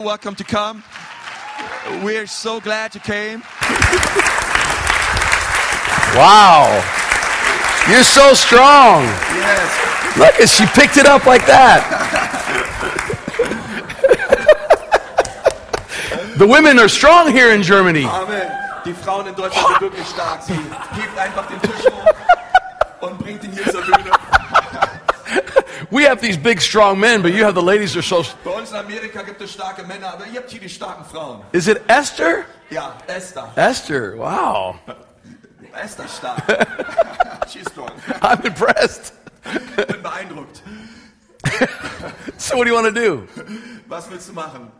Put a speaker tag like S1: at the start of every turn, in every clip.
S1: welcome to come. We're so glad you came.
S2: Wow. You're so strong.
S1: Yes.
S2: Look, at- she picked it up like that. the women are strong here in Germany.
S1: Amen. Die Frauen in Deutschland sind wirklich stark. Sie hebt einfach den Tisch hoch und bringt ihn hier zur Bühne.
S2: We have these big, strong men, but you have the ladies are so.
S1: Bei uns in Amerika gibt es starke Männer, aber ihr habt hier die starken Frauen.
S2: Is it Esther?
S1: Ja, Esther.
S2: Esther. Wow.
S1: Esther ist stark. She's strong.
S2: I'm impressed.
S1: Ich bin beeindruckt.
S2: So, what do you want to do?
S1: Was willst du machen?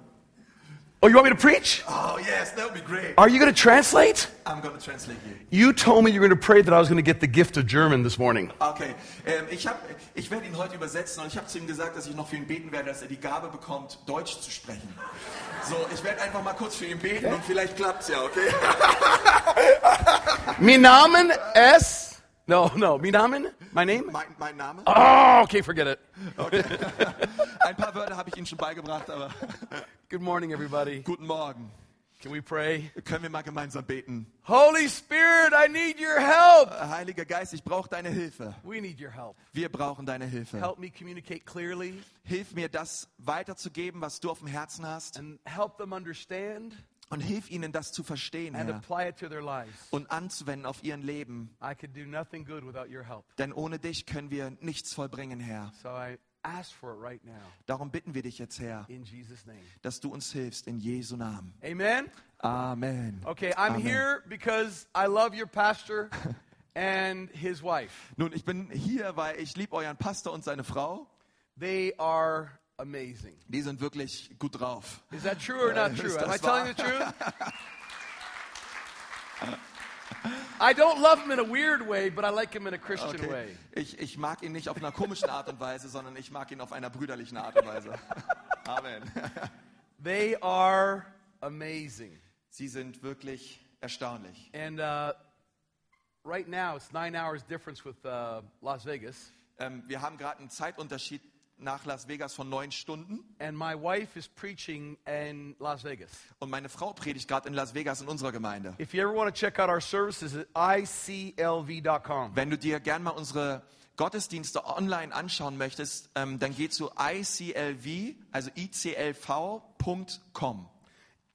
S2: Oh, you want me to preach?
S1: Oh yes, that would be great.
S2: Are you going to translate?
S1: I'm gonna translate you.
S2: You told me you were going to pray that I was going to get the gift of German this morning.
S1: Okay, ähm, ich, hab- ich werde ihn heute übersetzen und ich habe zu ihm gesagt, dass ich noch für ihn beten werde, dass er die Gabe bekommt, Deutsch zu sprechen. So, ich werde einfach mal kurz für ihn beten und vielleicht klappt's ja, okay?
S2: Minamen S. No, no. Minamen? My name?
S1: Mein, mein Name?
S2: Oh, okay, forget it.
S1: Ein paar Wörter habe ich Ihnen schon beigebracht, aber
S2: Good morning, everybody.
S1: guten Morgen.
S2: Can we pray?
S1: Können wir mal gemeinsam beten?
S2: Holy Spirit, I need your help.
S1: Heiliger Geist, ich brauche deine Hilfe.
S2: We need your help.
S1: Wir brauchen deine Hilfe.
S2: Help me communicate clearly
S1: Hilf mir, das weiterzugeben, was du auf dem Herzen hast
S2: and help them understand
S1: und hilf ihnen, das zu verstehen
S2: and
S1: Herr,
S2: apply it to their lives.
S1: und anzuwenden auf ihren Leben.
S2: I could do nothing good without your help.
S1: Denn ohne dich können wir nichts vollbringen, Herr.
S2: So I ask for it right now
S1: Darum bitten wir dich jetzt, Herr,
S2: in Jesus' name.
S1: dass du uns hilfst in Jesu Namen.
S2: Amen.
S1: Amen.
S2: Okay, I'm
S1: Amen.
S2: here because I love your pastor and his wife.
S1: Nun, ich bin hier, weil ich liebe euren Pastor und seine Frau.
S2: They are amazing.
S1: Die sind wirklich gut drauf.
S2: Is that true or not
S1: Uh,
S2: true?
S1: is
S2: Am I
S1: that
S2: telling the truth? I don't love him in a weird way, but I like him in a Christian way.
S1: Okay. Ich, ich mag ihn nicht auf einer komischen Art und Weise, sondern ich mag ihn auf einer brüderlichen Art und Weise. Amen.
S2: They are amazing.
S1: Sie sind wirklich erstaunlich.
S2: And uh, right now, it's nine hours difference with uh, Las Vegas.
S1: Ähm, wir haben gerade einen Zeitunterschied nach Las Vegas von neun Stunden
S2: And my wife is preaching in Las Vegas.
S1: und meine Frau predigt gerade in Las Vegas in unserer Gemeinde.
S2: If you ever want to check out our services at iclv.com.
S1: Wenn du dir gern mal unsere Gottesdienste online anschauen möchtest, ähm, dann geh zu ICLV, also iclv.com.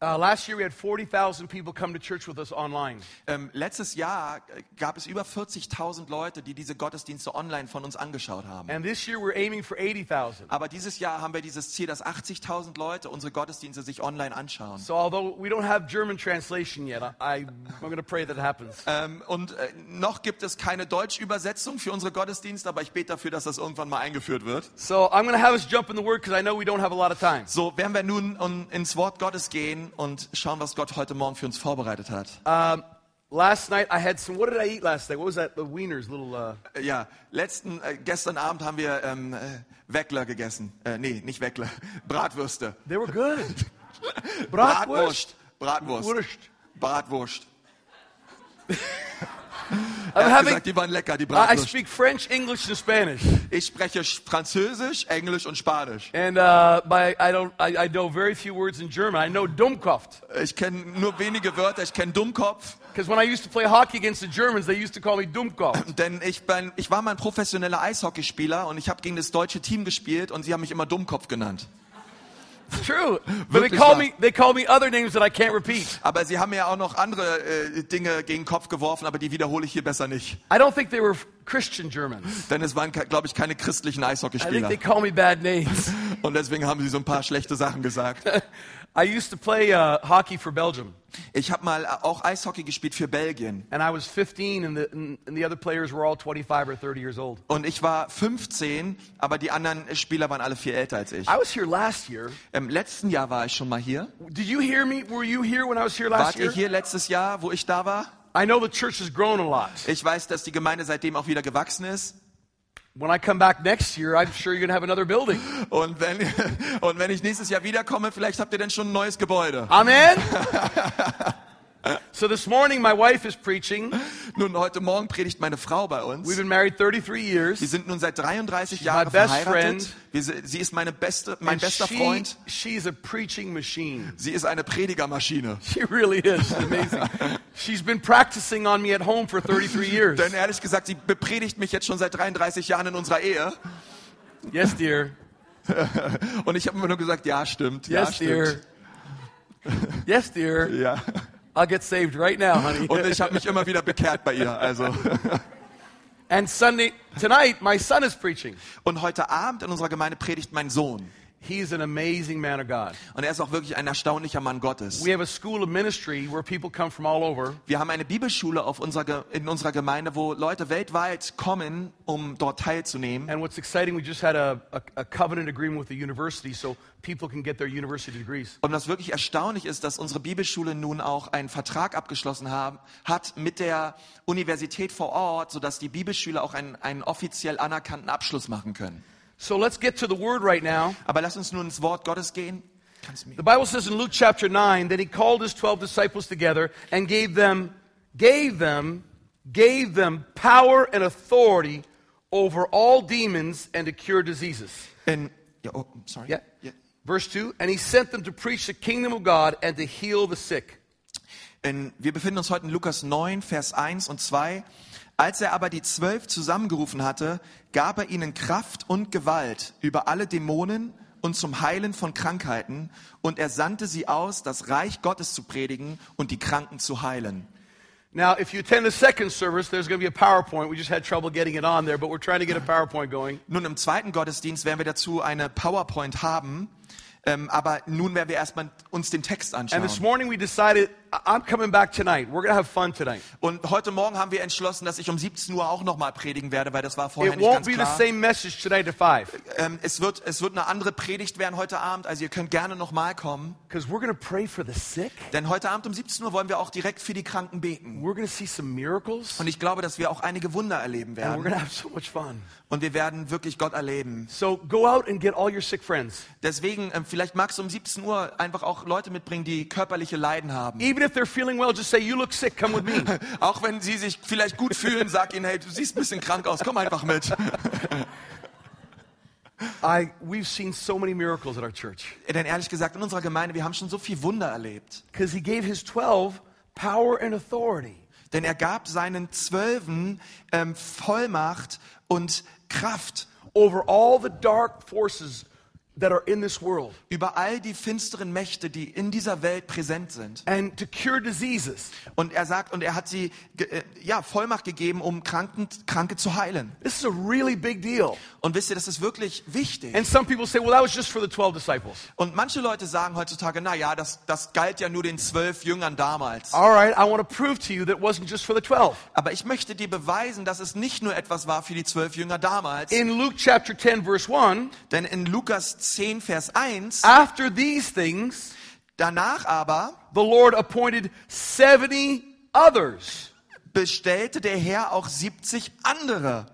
S2: Uh, last year, we had 40,000 people come to church with us online.
S1: Ähm, letztes Jahr äh, gab es über 40.000 Leute, die diese Gottesdienste online von uns angeschaut haben.
S2: And this year, we're aiming for 80,000.
S1: Aber dieses Jahr haben wir dieses Ziel, dass 80.000 Leute unsere Gottesdienste sich online anschauen.
S2: So, although we don't have German translation yet, I, I, I'm going to pray that happens.
S1: Ähm, und äh, noch gibt es keine Deutschübersetzung für unsere Gottesdienste, aber ich bete dafür, dass das irgendwann mal eingeführt wird.
S2: So, I'm going to have us jump in the Word because I know we don't have a lot of time.
S1: So werden wir nun un- ins Wort Gottes gehen und schauen, was Gott heute Morgen für uns vorbereitet hat.
S2: Um, last night, I had some. What did I eat last night? What was that? The wieners, little. Uh,
S1: Äh, Ja, letzten, äh, gestern Abend haben wir ähm, äh, Weckler gegessen. Äh, nee, nicht Weckler. Bratwürste.
S2: they were good.
S1: Bratwurst.
S2: Wurst.
S1: Bratwurst.
S2: I'm
S1: Er hat
S2: having.
S1: gesagt, die waren lecker, die
S2: I I
S1: Bratwurst.
S2: speak French, English, and Spanish,
S1: Ich spreche Sch- Französisch, Englisch und Spanisch.
S2: and uh, my, I don't. I, I know very few words in German. I know Dummkopf
S1: Ich kenne nur wenige Wörter. Ich kenne Dummkopf,
S2: because when I used to play hockey against the Germans, they used to call me Dummkopf.
S1: denn ich, bin, ich war mal ein professioneller Eishockeyspieler und ich habe gegen das deutsche Team gespielt und sie haben mich immer Dummkopf genannt.
S2: It's true, but they
S1: Wirklich
S2: call
S1: wahr.
S2: me. They call me other names that I can't repeat.
S1: Aber sie haben mir ja auch noch andere äh, Dinge gegen den Kopf geworfen, aber die wiederhole ich hier besser nicht.
S2: I don't think they were Christian Germans.
S1: Denn es waren, glaube ich, keine christlichen
S2: I think
S1: Eishockeyspieler.
S2: they call me bad names.
S1: Und deswegen haben sie so ein paar schlechte Sachen gesagt.
S2: I used to play uh, hockey for Belgium,
S1: Ich habe mal äh, auch Eishockey gespielt für Belgien.
S2: and I was 15, and the, and and the other players were all 25 or 30 years old.
S1: Und ich war 15, aber die anderen Spieler waren alle viel älter als ich.
S2: I was here last year.
S1: Im letzten Jahr war ich schon mal hier.
S2: Did you hear me? Were you here when I was here
S1: Wart
S2: last
S1: ihr
S2: year?
S1: hier letztes Jahr, wo ich da war?
S2: I know the church has grown a lot.
S1: Ich weiß, dass die Gemeinde seitdem auch wieder gewachsen ist.
S2: When I come back next year, I'm sure you're going to have another building.
S1: Und wenn, und wenn ich nächstes Jahr wiederkomme, vielleicht habt ihr dann schon ein neues Gebäude.
S2: Amen? So this morning, my wife is preaching.
S1: Nun, heute Morgen predigt meine Frau bei
S2: We've
S1: uns.
S2: been married 33
S1: Wir
S2: years.
S1: sind nun seit 33
S2: my
S1: Jahren
S2: best
S1: verheiratet.
S2: friend.
S1: Wir, se- sie ist meine beste, mein
S2: and
S1: bester
S2: she-
S1: Freund.
S2: She's a preaching machine.
S1: Sie ist eine Predigermaschine.
S2: She really is. She's amazing. She's been practicing on me at home for 33 years.
S1: Denn ehrlich gesagt, sie bepredigt mich jetzt schon seit 33 Jahren in unserer Ehe.
S2: Yes, dear.
S1: Und ich habe immer nur gesagt, ja, stimmt. Ja,
S2: Yes, dear.
S1: stimmt.
S2: Yes, dear.
S1: Ja.
S2: I'll get saved right now, honey.
S1: Und ich habe mich immer wieder bekehrt bei ihr. Also.
S2: And Sunday tonight, my son is preaching.
S1: Und heute Abend in unserer Gemeinde predigt mein Sohn.
S2: He's an amazing man of God.
S1: Und er ist auch wirklich ein erstaunlicher Mann Gottes.
S2: We have a school of ministry where people come from all over.
S1: Wir haben eine Bibelschule auf unserer Ge in unserer Gemeinde, wo Leute weltweit kommen, um dort teilzunehmen.
S2: And what's exciting, we just had a, a, a covenant agreement with the university so people can get their university degrees.
S1: Und was wirklich erstaunlich ist, dass unsere Bibelschule nun auch einen Vertrag abgeschlossen haben, hat mit der Universität vor Ort, sodass die Bibelschüler auch einen, einen offiziell anerkannten Abschluss machen können.
S2: So let's get to the word right now.
S1: Aber lass uns nun ins Wort Gottes gehen. Kannst du mich-
S2: The Bible says in Luke chapter 9 that he called his 12 disciples together and gave them, gave them, gave them power and authority over all demons and to cure diseases.
S1: In, ja, oh, sorry.
S2: Yeah.
S1: Ja.
S2: Verse 2 And he sent them to preach the kingdom of God and to heal the sick.
S1: In, wir befinden uns heute in Lukas 9, Vers 1 und 2. Als er aber die zwölf zusammengerufen hatte, gab er ihnen Kraft und Gewalt über alle Dämonen und zum Heilen von Krankheiten. Und er sandte sie aus, das Reich Gottes zu predigen und die Kranken zu heilen.
S2: Now, if you attend the second service, there's going to be a PowerPoint. We just had trouble getting it on there, but we're trying to get a PowerPoint going.
S1: Nun, im zweiten Gottesdienst werden wir dazu eine PowerPoint haben. Ähm, aber nun werden wir erstmal uns den Text
S2: And this
S1: anschauen.
S2: morning we decided I- I'm coming back tonight. We're going to have fun tonight.
S1: Und heute Morgen haben wir entschlossen, dass ich um 17 Uhr auch nochmal predigen werde, weil das war vorher
S2: It
S1: nicht
S2: won't
S1: ganz
S2: be the
S1: klar.
S2: same message tonight at 5
S1: Ähm, es, wird, es wird eine andere Predigt werden heute Abend, also ihr könnt gerne nochmal kommen.
S2: because we're going to pray for the sick.
S1: Denn heute Abend um 17 Uhr wollen wir auch direkt für die Kranken beten.
S2: We're going to see some miracles.
S1: Und ich glaube, dass wir auch einige Wunder erleben
S2: And we're
S1: werden.
S2: going to have so much fun.
S1: Und wir werden wirklich Gott erleben.
S2: So go out and get all your sick friends.
S1: Deswegen, ähm, vielleicht magst du um 17 Uhr einfach auch Leute mitbringen, die körperliche Leiden haben.
S2: Even if they're feeling well, just say, You look sick, come with me.
S1: Auch wenn sie sich vielleicht gut fühlen, sag ihnen, hey, du siehst ein bisschen krank aus, komm einfach mit.
S2: I, we've seen so many miracles at our church
S1: Denn ehrlich gesagt, in unserer Gemeinde, wir haben schon so viel Wunder erlebt.
S2: because he gave his 12 power and authority.
S1: Denn er gab seinen Zwölfen ähm, Vollmacht und Kraft
S2: over all the dark forces that are in this world
S1: über all die finsteren Mächte, die in dieser Welt präsent sind.
S2: and to cure diseases.
S1: Und er sagt, und er hat sie ge- äh, ja, Vollmacht gegeben, um Kranken, Kranke zu heilen.
S2: This is a really big deal.
S1: Und wisst ihr, das ist wirklich wichtig.
S2: And some people say, well, that was just for the 12 disciples.
S1: Und manche Leute sagen heutzutage, na ja, das, das galt ja nur den zwölf Jüngern damals.
S2: All right, I want to prove to you that it wasn't just for the 12.
S1: Aber ich möchte dir beweisen, dass es nicht nur etwas war für die zwölf Jünger damals.
S2: In Luke chapter 10, verse 1,
S1: Denn in Lukas 10, Vers 1,
S2: after these things,
S1: danach aber
S2: the Lord appointed 70 others
S1: bestellte der Herr auch 70 andere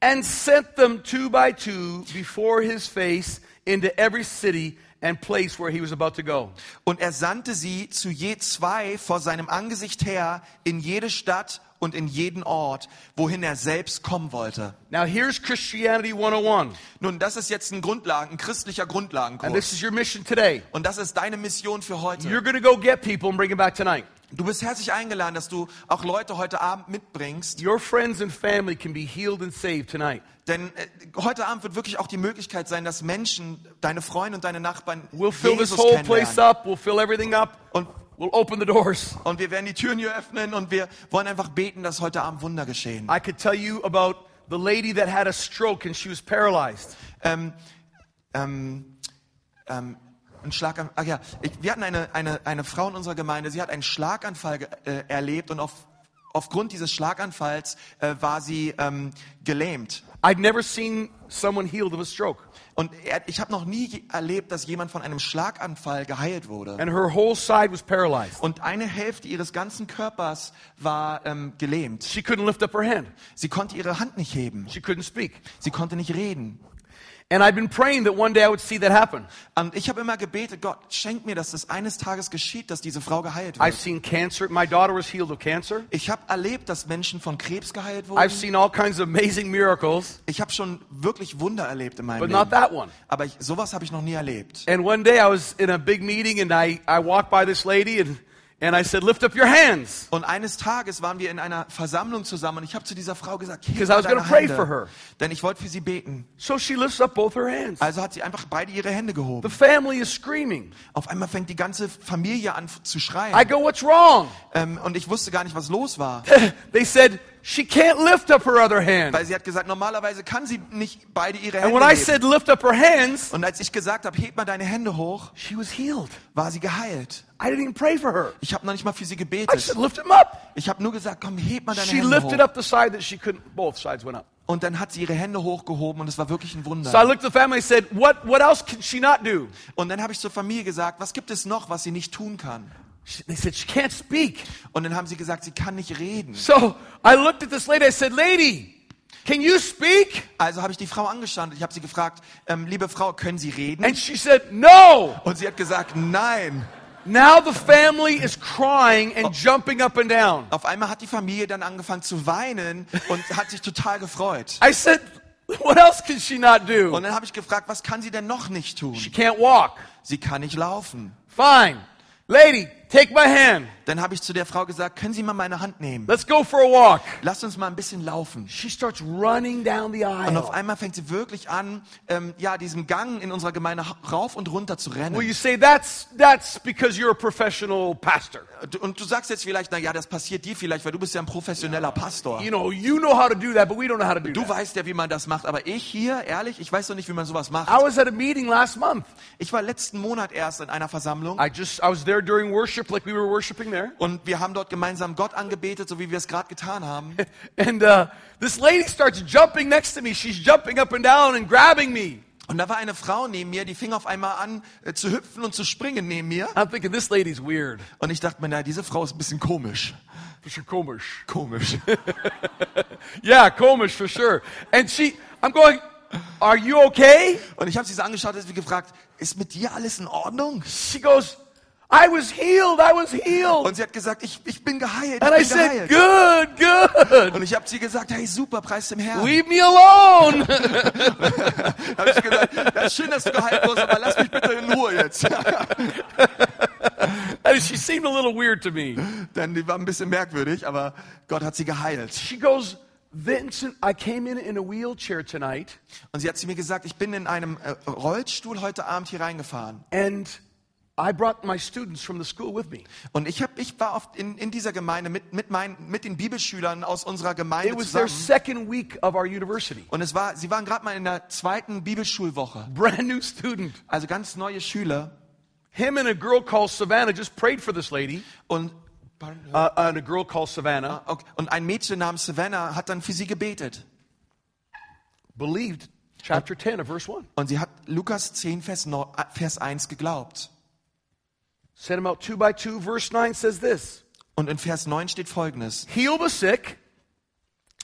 S2: and sent them two by two before his face into every city and place where he was about to go.
S1: Und er sandte sie zu je zwei vor seinem Angesicht her in jede Stadt und in jeden Ort, wohin er selbst kommen wollte.
S2: Now, here's Christianity 101,
S1: Nun, das ist jetzt ein Grundlagen, ein christlicher
S2: and
S1: Grundlagenkurs.
S2: this is your mission today.
S1: Und das ist deine Mission für
S2: You're
S1: heute.
S2: going to go get people and bring them back tonight.
S1: Du bist herzlich eingeladen, dass du auch Leute heute Abend mitbringst.
S2: Your friends and family can be healed and saved tonight.
S1: Denn äh, heute Abend wird wirklich auch die Möglichkeit sein, dass Menschen, deine Freunde und deine Nachbarn
S2: We'll fill this
S1: Jesus
S2: whole place
S1: kennenlernen.
S2: up. We'll fill everything up.
S1: Und,
S2: We'll open the doors.
S1: und wir werden die Türen hier öffnen und wir wollen einfach beten, dass heute Abend Wunder geschehen.
S2: I could tell you about the lady that had a stroke and she was paralyzed.
S1: ähm, ähm, ähm, einen Schlaganfall. Ach ja, ich, wir hatten eine, eine, eine Frau in unserer Gemeinde, sie hat einen Schlaganfall ge- äh, erlebt und auf, aufgrund dieses Schlaganfalls äh, war sie ähm, gelähmt.
S2: I'd never seen someone healed of a stroke.
S1: Und er, ich habe noch nie je- erlebt, dass jemand von einem Schlaganfall geheilt wurde.
S2: And her whole side was paralyzed.
S1: Und eine Hälfte ihres ganzen Körpers war ähm, gelähmt.
S2: She couldn't lift up her hand.
S1: Sie konnte ihre Hand nicht heben.
S2: She couldn't speak.
S1: Sie konnte nicht reden.
S2: And I've been praying that one day I would see that happen.
S1: Und ich habe immer gebetet, Gott, schenk mir, dass das eines Tages geschieht, dass diese Frau geheilt
S2: I've
S1: wird.
S2: seen cancer. My daughter was healed of cancer.
S1: Ich habe erlebt, dass Menschen von Krebs geheilt
S2: I've
S1: wurden.
S2: seen all kinds of amazing miracles,
S1: Ich habe schon wirklich Wunder erlebt in meinem
S2: but
S1: Leben.
S2: not that one.
S1: Aber ich, sowas habe ich noch nie erlebt.
S2: And one day I was in a big meeting and I, I walked by this lady and, and I said, Lift up your hands.
S1: Und eines Tages waren wir in einer Versammlung zusammen und ich habe zu dieser Frau gesagt, heb
S2: 'Cause I was
S1: deine
S2: gonna pray
S1: Hände,
S2: for her.
S1: denn ich wollte für sie beten.
S2: So she lifts up both her hands.
S1: Also hat sie einfach beide ihre Hände
S2: The
S1: gehoben.
S2: family is screaming.
S1: Auf einmal fängt die ganze Familie an f- zu
S2: I
S1: schreien.
S2: go, What's wrong?
S1: Ähm, und ich wusste gar nicht, was los war.
S2: They said, She can't lift up her other hand.
S1: Weil sie hat gesagt, normalerweise kann sie nicht beide ihre
S2: And
S1: Hände
S2: when I
S1: heben.
S2: said, Lift up her hands,
S1: Und als ich gesagt habe, heb mal deine Hände hoch,
S2: she was healed.
S1: war sie geheilt.
S2: I didn't even pray for her.
S1: Ich habe noch nicht mal für sie
S2: I
S1: gebetet.
S2: said, Lift them up.
S1: Ich habe nur gesagt, komm, heb mal deine
S2: She
S1: Hände
S2: lifted
S1: hoch.
S2: up the side that she couldn't, both sides went up.
S1: Und dann hat sie ihre Hände hochgehoben und es war wirklich ein
S2: So I
S1: Wunder.
S2: looked at the family and said, What, what else can she not do?
S1: Und dann habe ich zur Familie gesagt, was gibt es noch, was sie nicht tun kann?
S2: She, they said, She can't speak.
S1: Und dann haben sie gesagt, sie kann nicht reden.
S2: So I looked at this lady. I said, Lady, can you speak?
S1: Also habe ich die Frau angestanden. Ich habe sie gefragt, ähm, liebe Frau, können Sie reden?
S2: And she said, No.
S1: Und sie hat gesagt, nein.
S2: Now the family is crying and jumping up and down.
S1: Auf einmal hat die Familie dann angefangen zu weinen und hat sich total gefreut.
S2: I said, What else can she not
S1: Und
S2: do?
S1: dann habe ich gefragt, was kann sie denn noch nicht tun?
S2: She can't walk.
S1: Sie kann nicht laufen.
S2: Fine. Lady, take my hand.
S1: Dann habe ich zu der Frau gesagt, können Sie mal meine Hand nehmen?
S2: Let's go for a walk.
S1: Lasst uns mal ein bisschen laufen.
S2: She starts running down the
S1: Und auf
S2: aisle.
S1: einmal fängt sie wirklich an, ähm, ja, diesem Gang in unserer Gemeinde ha- rauf und runter zu
S2: Well, you
S1: rennen.
S2: say that's that's because you're a professional pastor.
S1: Du- Und du sagst jetzt vielleicht, na ja, das passiert dir vielleicht, weil du bist ja ein professioneller Pastor.
S2: You know, you know how to do that, but we don't know how to do
S1: Du
S2: that.
S1: weißt ja, wie man das macht, aber ich hier, ehrlich, ich weiß doch nicht, wie man sowas macht.
S2: I was at a meeting last month.
S1: Ich war letzten Monat erst in einer Versammlung
S2: I just I was there during worship, like we were worshiping there.
S1: und wir haben dort gemeinsam Gott angebetet, so wie wir es gerade getan haben.
S2: And uh, this lady starts jumping next to me. She's jumping up and down and grabbing me.
S1: Und da war eine Frau neben mir, die fing auf einmal an äh, zu hüpfen und zu springen neben mir.
S2: I'm thinking this lady's weird.
S1: Und ich dachte mir, na, diese Frau ist ein bisschen komisch.
S2: She's komisch.
S1: Komisch.
S2: Yeah, komisch for sure. And she, I'm going. Are you okay?
S1: Und ich habe sie so angeschaut und sie gefragt, ist mit dir alles in Ordnung?
S2: She goes, I was healed. I was healed.
S1: Und sie hat gesagt, ich, ich bin geheilt.
S2: And I
S1: Ich bin
S2: said,
S1: geheilt.
S2: Good, good.
S1: Und ich habe sie gesagt, hey, super, preis dem Herrn.
S2: Leave me alone.
S1: Hab ich gesagt, ja, schön, dass du geheilt wurdest, aber lass mich bitte in Ruhe jetzt.
S2: And she seemed a little weird to me.
S1: Denn die war ein bisschen merkwürdig, aber Gott hat sie geheilt.
S2: She goes, Vincent, I came in in a wheelchair tonight,
S1: Und sie hat zu mir gesagt, ich bin in einem äh, Rollstuhl heute Abend hier reingefahren.
S2: and I brought my students from the school with me.
S1: Und ich, hab, ich war oft in, in dieser Gemeinde mit, mit, meinen, mit den Bibelschülern aus unserer Gemeinde
S2: It was their
S1: zusammen.
S2: second week of our university.
S1: Und es war, sie waren gerade mal in der zweiten Bibelschulwoche.
S2: Brand new student.
S1: Also ganz neue Schüler.
S2: Him and a girl called Savannah just prayed for this lady,
S1: Und, Ah,
S2: uh, and a girl called Savannah
S1: okay, und ein Mädchen namens Savannah hat dann für sie gebetet.
S2: believed. Chapter 10 of verse 1.
S1: Und sie hat Lukas 10, Vers, neu- äh, Vers 1 geglaubt.
S2: Sent them out two by two. Verse 9 says this
S1: Und in Vers 9 steht folgendes.
S2: Heal the sick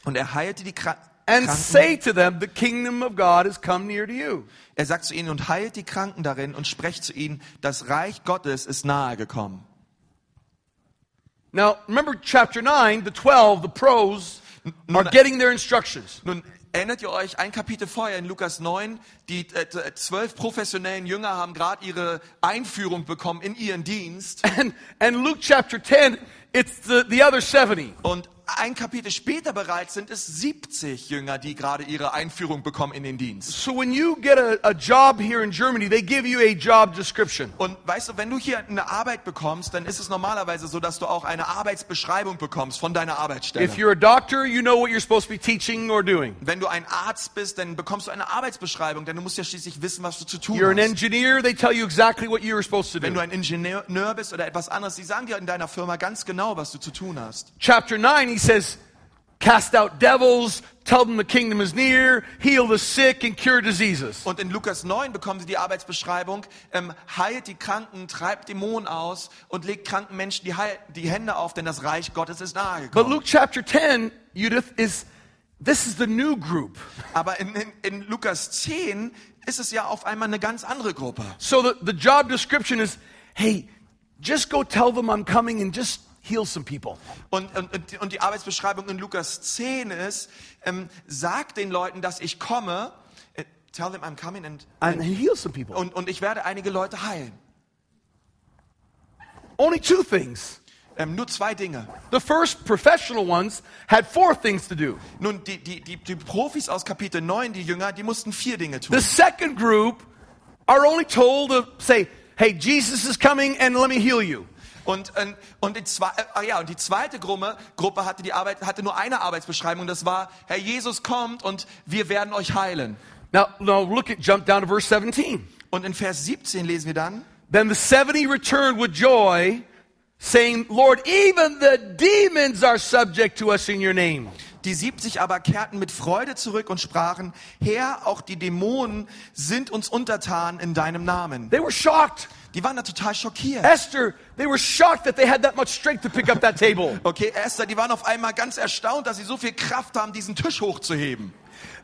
S1: Und er heilte die Kra
S2: and
S1: Kranken.
S2: say to them, The kingdom of God has come near to you.
S1: Er sagt zu ihnen und heilt die Kranken darin und sprecht zu ihnen, das Reich Gottes ist nahe gekommen.
S2: Now, remember chapter 9, the 12, the pros, are getting their instructions.
S1: Nun erinnert ihr euch ein Kapitel vorher in Lukas 9, die äh, t- zwölf professionellen Jünger haben gerade ihre Einführung bekommen in ihren Dienst.
S2: And, and Luke chapter 10, it's the, the other 70.
S1: Und ein Kapitel später bereits sind es 70 Jünger, die gerade ihre Einführung bekommen in den Dienst.
S2: So when you get a, a job here in Germany, they give you a job description.
S1: Und weißt du, wenn du hier eine Arbeit bekommst, dann ist es normalerweise so, dass du auch eine Arbeitsbeschreibung bekommst von deiner Arbeitsstelle.
S2: If you're a doctor, you know what you're supposed to be teaching or doing.
S1: Wenn du ein Arzt bist, dann bekommst du eine Arbeitsbeschreibung, denn du musst ja schließlich wissen, was du zu tun
S2: You're an
S1: hast.
S2: engineer, they tell you exactly what you're supposed to
S1: Wenn du
S2: do.
S1: ein Ingenieur bist oder etwas anderes, die sagen dir in deiner Firma ganz genau, was du zu tun hast.
S2: Chapter 9, he says, Cast out devils, tell them the kingdom is near, heal the sick, and cure diseases.
S1: Und in Lukas 9 bekommen sie die Arbeitsbeschreibung, ähm, heilt die Kranken, treibt Dämonen aus und legt kranken Menschen die, Heil die Hände auf, denn das Reich Gottes ist nahe
S2: But
S1: gekommen.
S2: Luke chapter 10, Judith, is this is the new group.
S1: Aber in, in, in Lukas 10 ist es ja auf einmal eine ganz andere Gruppe.
S2: So the, the job description is hey, just go tell them I'm coming and just heal some people.
S1: Und, und, und die- und die Arbeitsbeschreibung in Lukas 10 ist, ähm, sag den Leuten, dass ich komme, äh, tell them I'm coming and,
S2: And heal some people.
S1: und, und ich werde einige Leute heilen.
S2: Only two things.
S1: Ähm, nur zwei Dinge.
S2: The first professional ones had four things to do.
S1: Nun, die, die, die, die Profis aus Kapitel 9, die Jünger, die mussten vier Dinge tun.
S2: The second group are only told to say, hey, Jesus is coming and let me heal you.
S1: Und, ähm, und, die, zwei, äh, ah ja, und die zweite Gruppe, Gruppe hatte, die Arbeit, hatte nur eine Arbeitsbeschreibung, das war, Herr Jesus kommt und wir werden euch heilen.
S2: Now, now look at, jump down to verse 17.
S1: Und in Vers 17 lesen wir dann,
S2: Then the 70 returned with joy, saying, Lord, even the demons are subject to us in your name.
S1: die 70 aber kehrten mit Freude zurück und sprachen, Herr, auch die Dämonen sind uns untertan in deinem Namen.
S2: They were shocked.
S1: Die waren da total schockiert.
S2: Esther, they were shocked that they had that much strength to pick up that table.
S1: Okay, Esther, die waren auf einmal ganz erstaunt, dass sie so viel Kraft haben, diesen Tisch hochzuheben.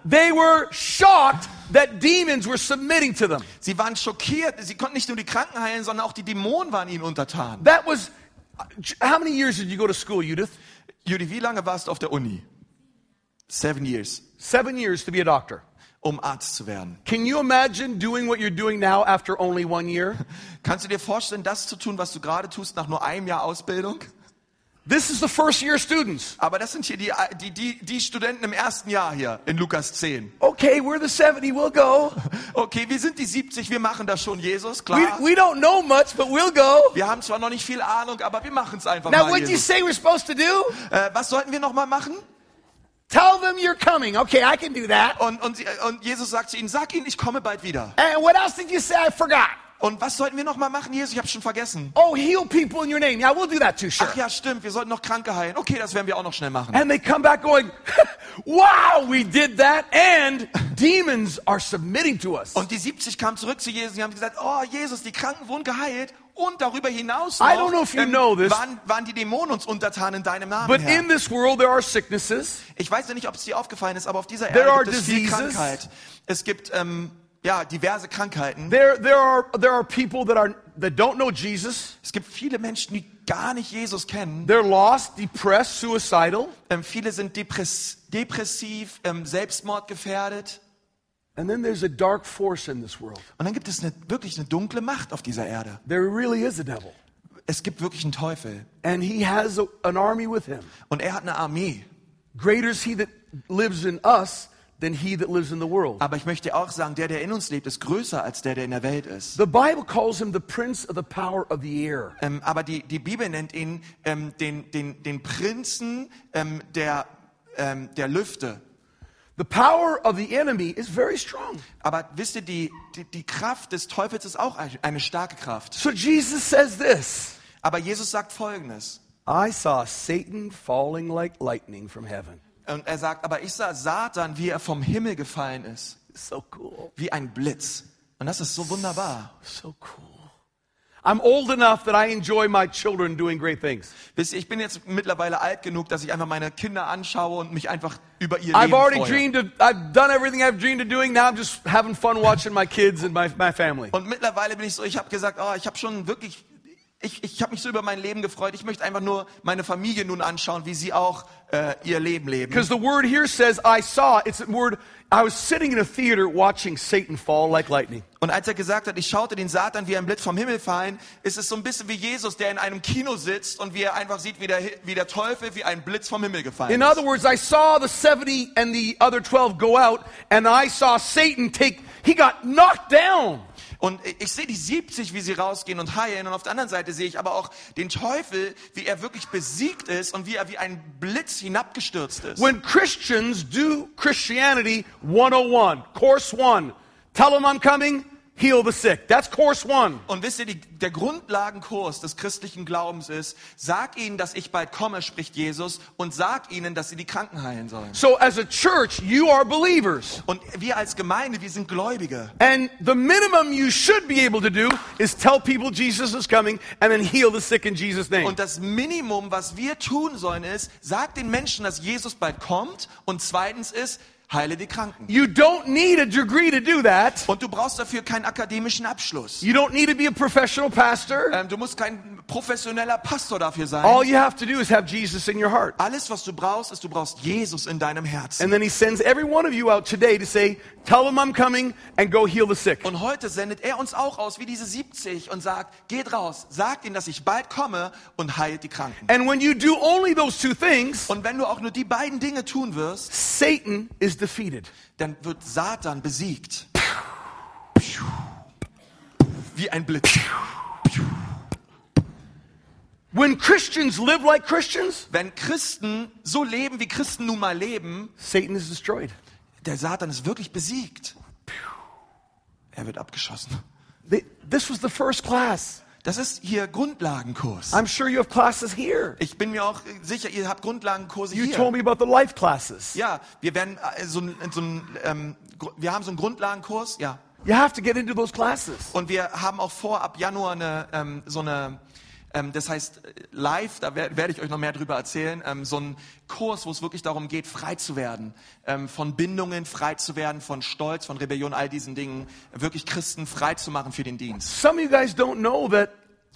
S2: They were shocked that demons were submitting to them.
S1: Sie waren schockiert, sie konnten nicht nur die Kranken heilen, sondern auch die Dämonen waren ihnen untertan.
S2: That was, how many years did you go to school, Judith?
S1: Judy, wie lange warst du auf der Uni? Seven years,
S2: Seven years to be a doctor.
S1: um Arzt zu werden.
S2: Can you imagine doing what you're doing now after only one year?
S1: Kannst du dir vorstellen, das zu tun, was du gerade tust, nach nur einem Jahr Ausbildung?
S2: This is the first year students.
S1: Aber das sind hier die, die, die, die Studenten im ersten Jahr hier in Lukas 10.
S2: Okay, we're the 70, we'll go.
S1: Okay, wir sind die 70, wir machen das schon, Jesus,
S2: We,
S1: klar.
S2: we don't know much, but we'll go.
S1: Wir haben zwar noch nicht viel Ahnung, aber wir machen es einfach
S2: Now,
S1: mal.
S2: what do you
S1: Jesus.
S2: say we're supposed to do?
S1: Äh, was sollten wir nochmal machen?
S2: Tell them you're coming. Okay, I can do that.
S1: Und, und, sie- und Jesus sagt zu ihnen, sag ihnen, ich komme bald wieder.
S2: And what else did you say? I forgot.
S1: Und was sollten wir nochmal machen, Jesus? Ich habe schon vergessen.
S2: Oh, heal people in your name. Yeah, we'll do that too, sure.
S1: Ach ja, stimmt, wir sollten noch Kranke heilen. Okay, das werden wir auch noch schnell machen.
S2: And they come back going, wow, we did that. And demons are submitting to us.
S1: Und die 70 kamen zurück zu Jesus und haben gesagt, oh Jesus, die Kranken wurden geheilt und darüber hinaus ähm,
S2: I don't know if you know this.
S1: waren, waren die Dämonen uns untertan in deinem Namen,
S2: But
S1: Herr.
S2: in this world, there are sicknesses.
S1: Ich weiß ja nicht, ob es dir aufgefallen ist, aber auf dieser
S2: There are
S1: Erde gibt es viel
S2: diseases.
S1: Krankheit. Es gibt ähm, ja diverse Krankheiten.
S2: There, there are there are people that are that don't know Jesus.
S1: Es gibt viele Menschen, die gar nicht Jesus kennen.
S2: They're lost, depressed, suicidal,
S1: Ähm, viele sind depress depressiv, ähm, selbstmordgefährdet.
S2: and then there's a dark force in this world.
S1: Und dann gibt es eine, wirklich eine dunkle Macht auf dieser Erde.
S2: There really is a devil,
S1: Es gibt wirklich einen Teufel.
S2: and he has a, an army with him.
S1: Und er hat eine Armee.
S2: Greater is he that lives in us than he that lives in the world.
S1: Aber ich möchte auch sagen, der, der in uns lebt, ist größer als der, der in der Welt ist.
S2: The Bible calls him the prince of the power of the air.
S1: Ähm, aber die, die Bibel nennt ihn ähm, den, den, den Prinzen ähm, der, ähm, der Lüfte.
S2: The power of the enemy is very strong.
S1: Aber wisst ihr, die, die, die Kraft des Teufels ist auch ein- eine starke Kraft.
S2: So Jesus says this.
S1: Aber Jesus sagt Folgendes.
S2: I saw Satan falling like lightning from heaven.
S1: Und er sagt, aber ich sah Satan, wie er vom Himmel gefallen ist,
S2: So cool.
S1: wie ein Blitz. Und das ist so wunderbar.
S2: So cool. I'm old enough that I enjoy my children doing great things.
S1: Wisst ihr, ich bin jetzt mittlerweile alt genug, dass ich einfach meine Kinder anschaue und mich einfach über ihr
S2: I've
S1: Leben
S2: already
S1: freue.
S2: dreamed of, I've done everything I've dreamed of doing. Now I'm just having fun watching my kids and my, my family.
S1: Und mittlerweile bin ich so, ich habe gesagt, oh, ich habe schon wirklich, ich, ich habe mich so über mein Leben gefreut. Ich möchte einfach nur meine Familie nun anschauen, wie sie auch äh, ihr Leben leben.
S2: Because the word here says, I saw, it's a word, I was sitting in a theater watching Satan fall like lightning.
S1: Und als er gesagt hat, ich schaute den Satan wie ein Blitz vom Himmel fallen, ist es so ein bisschen wie Jesus, der in einem Kino sitzt und wie er einfach sieht, wie der, wie der Teufel wie ein Blitz vom Himmel gefallen
S2: In
S1: ist.
S2: other words, I saw the 70 and the other 12 go out, and I saw Satan take, he got knocked down.
S1: Und ich- ich sehe die 70, wie sie rausgehen und heilen. Und auf der anderen Seite sehe ich aber auch den Teufel, wie er wirklich besiegt ist und wie er wie ein Blitz hinabgestürzt ist.
S2: When Christians do Christianity 101, course one, tell them I'm coming, heal the sick. That's course one.
S1: Und wisst ihr, die, der Grundlagenkurs des christlichen Glaubens ist, sag ihnen, dass ich bald komme, spricht Jesus, und sag ihnen, dass sie die Kranken heilen sollen.
S2: So as a church, you are believers.
S1: Und wir als Gemeinde, wir sind Gläubige.
S2: And the minimum you should be able to do is tell people Jesus is coming and then heal the sick in Jesus' name.
S1: Und das Minimum, was wir tun sollen, ist, sag den Menschen, dass Jesus bald kommt. Und zweitens ist, Heile die Kranken.
S2: You don't need a degree to do that.
S1: Und du brauchst dafür keinen akademischen Abschluss.
S2: You don't need to be a professional pastor.
S1: Ähm, du musst kein professioneller Pastor dafür
S2: All
S1: sein.
S2: you have to do is have Jesus in your heart.
S1: Alles, was du brauchst, ist, du brauchst Jesus in deinem Herzen.
S2: And then he sends every one of you out today to say, Tell them I'm coming and go heal the sick.
S1: Und heute sendet er uns auch aus wie diese 70 und sagt, geht raus, sagt ihnen, dass ich bald komme und heilt die Kranken.
S2: And when you do only those two things,
S1: Und wenn du auch nur die beiden Dinge tun wirst,
S2: Satan is defeated.
S1: dann wird Satan besiegt. Wie ein Blitz.
S2: When Christians live like Christians,
S1: Wenn Christen so leben, wie Christen nun mal leben,
S2: Satan is destroyed.
S1: der Satan ist wirklich besiegt. Er wird abgeschossen.
S2: They, this was the first class.
S1: Das ist hier Grundlagenkurs.
S2: I'm sure you have classes here.
S1: Ich bin mir auch sicher, ihr habt Grundlagenkurse
S2: You
S1: hier.
S2: told me about the life classes.
S1: Ja, wir werden äh, so ein, so ein ähm, Gru- wir haben so einen Grundlagenkurs, ja.
S2: You have to get into those classes.
S1: Und wir haben auch vor, ab Januar eine, ähm, so eine, ähm, das heißt äh, live, da wer, werde ich euch noch mehr drüber erzählen, ähm, so einen Kurs, wo es wirklich darum geht, frei zu werden, ähm, von Bindungen frei zu werden, von Stolz, von Rebellion, all diesen Dingen, wirklich Christen frei zu machen für den Dienst.
S2: Some of you guys don't know that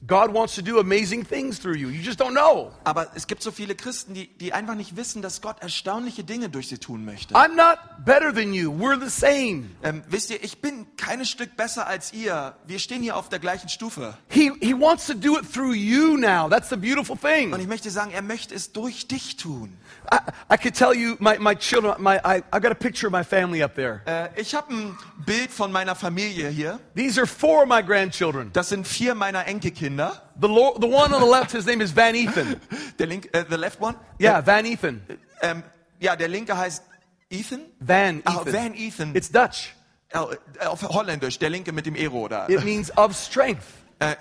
S2: God wants to do amazing things through you. You just don't know.
S1: Aber es gibt so viele Christen, die, die einfach nicht wissen, dass Gott erstaunliche Dinge durch sie tun möchte.
S2: I'm not better than you. We're the same.
S1: Ähm, wisst ihr, ich bin kein Stück besser als ihr. Wir stehen hier auf der gleichen Stufe.
S2: He, he wants to do it through you now. That's the beautiful thing.
S1: Und ich möchte sagen, er möchte es durch dich tun.
S2: I, I could tell you my, my children my I, I got a picture of my family up there.
S1: Äh, ich habe ein Bild von meiner Familie hier.
S2: These are four of my grandchildren.
S1: Das sind vier meiner Enkelkinder.
S2: The lo- the one on the left, his name is Van Ethan.
S1: Der linke, äh, the left one.
S2: Yeah, Van Ethan.
S1: Ähm, ja, der linke heißt Ethan.
S2: Van
S1: Ah,
S2: Ethan.
S1: Van Ethan.
S2: It's Dutch.
S1: Oh, äh, auf Holländisch, der linke mit dem Ero oder. Äh,
S2: It means of strength.
S1: äh,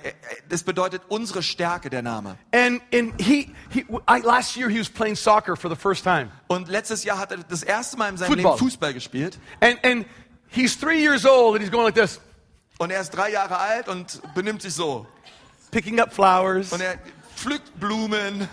S1: das bedeutet unsere Stärke, der Name.
S2: And and he he I, last year he was playing soccer for the first time.
S1: Und letztes Jahr hat er das erste Mal in seinem
S2: Football.
S1: Leben Fußball gespielt.
S2: And and he's 3 years old and he's going like this,
S1: Und er ist drei Jahre alt und benimmt sich so.
S2: picking up flowers.
S1: Und er pflückt Blumen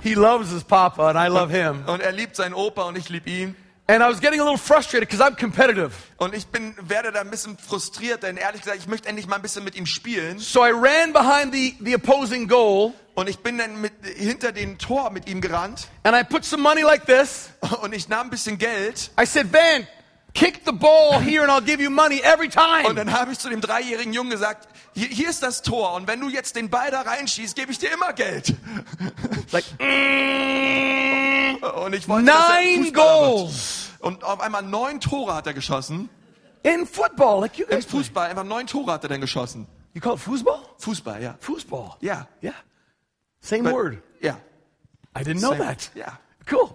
S2: He loves his papa and I love him.
S1: und er liebt seinen Opa und ich lieb ihn.
S2: And I was getting a little frustrated cuz I'm competitive.
S1: Und ich bin, werde da ein bisschen frustriert, denn ehrlich gesagt, ich möchte endlich mal ein bisschen mit ihm spielen.
S2: So I ran behind the the opposing goal
S1: Und ich bin dann mit, hinter dem Tor mit ihm gerannt
S2: and I put some money like this.
S1: und ich nahm ein bisschen Geld.
S2: I said, "Van, kick the ball here and I'll give you money every
S1: Und
S2: time."
S1: dann habe ich zu dem dreijährigen Jungen gesagt, hier, hier ist das Tor und wenn du jetzt den Ball da reinschießt, gebe ich dir immer Geld.
S2: Like mm.
S1: Und ich wollte, dass er Fußballer
S2: nine
S1: wird.
S2: goals
S1: Und auf einmal neun Tore hat er geschossen.
S2: in football. Like you
S1: Im
S2: guys play.
S1: Fußball, einfach neun Tore hat er dann geschossen.
S2: You call it foosball?
S1: Fußball, ja.
S2: Foosball.
S1: Ja.
S2: Yeah. Same word.
S1: Ja.
S2: I didn't know
S1: Same.
S2: that.
S1: Yeah.
S2: Cool.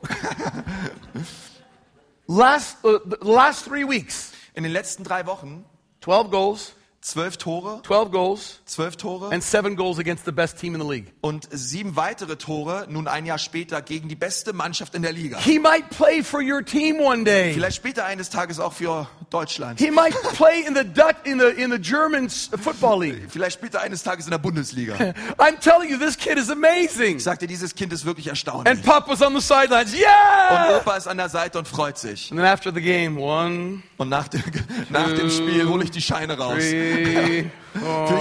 S2: last uh, the last 3 weeks,
S1: In den letzten drei Wochen
S2: 12 goals,
S1: zwölf Tore,
S2: 12 goals
S1: zwölf Tore
S2: and 7 goals against the best team in the league.
S1: und sieben weitere Tore, nun ein Jahr später, gegen die beste Mannschaft in der Liga.
S2: He might play for your team one day.
S1: Vielleicht später eines Tages auch für Deutschland.
S2: He might play in the Dutch in the in the German s- uh, football league.
S1: Vielleicht später eines Tages in der Bundesliga.
S2: I'm telling you this kid is amazing.
S1: Ich sagte, dieses Kind ist wirklich erstaunlich.
S2: And Papa's on the sidelines.
S1: Und
S2: Yeah!
S1: Opa ist an der Seite und freut sich.
S2: And then after the game, one,
S1: Und nach dem, nach dem Spiel hole ich die Scheine raus. Für
S2: three,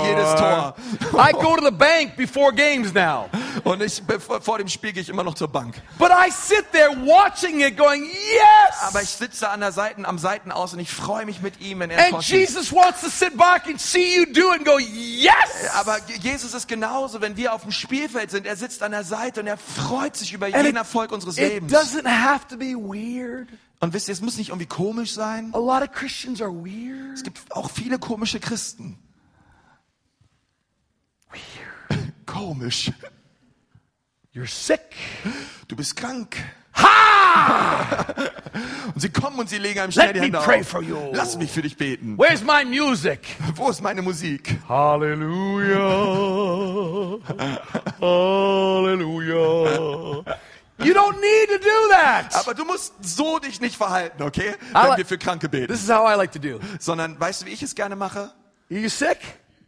S1: jedes Tor.
S2: I go to the bank before games now.
S1: Und ich, bevor, vor dem Spiel gehe ich immer noch zur Bank.
S2: But I sit there watching it going,
S1: Aber ich
S2: yes!
S1: sitze an der Seiten, am Seitenaus und ich freue mich mit ihm, wenn er
S2: And
S1: Tor schießt.
S2: Jesus wants to sit back and see you do it and go, yes!
S1: Aber Je- Jesus ist genauso, wenn wir auf dem Spielfeld sind. Er sitzt an der Seite und er freut sich über
S2: And
S1: jeden Erfolg unseres
S2: it
S1: Lebens.
S2: doesn't have to be weird.
S1: Und wisst ihr, es muss nicht irgendwie komisch sein.
S2: A lot of Christians are weird.
S1: Es gibt auch viele komische Christen. Komisch.
S2: You're sick.
S1: Du bist krank.
S2: Ha!
S1: Und sie kommen und sie legen einem schnell
S2: Let
S1: die
S2: me
S1: Hände
S2: pray
S1: auf.
S2: for you.
S1: Lass mich für dich beten.
S2: Where's my music?
S1: Wo ist meine Musik?
S2: Hallelujah. Hallelujah. You don't need to do that.
S1: Aber du musst so dich nicht verhalten, okay? Wenn
S2: Aber-
S1: wir für Kranke beten.
S2: This is how I like to do.
S1: Sondern, weißt du, wie ich es gerne mache?
S2: Are you sick?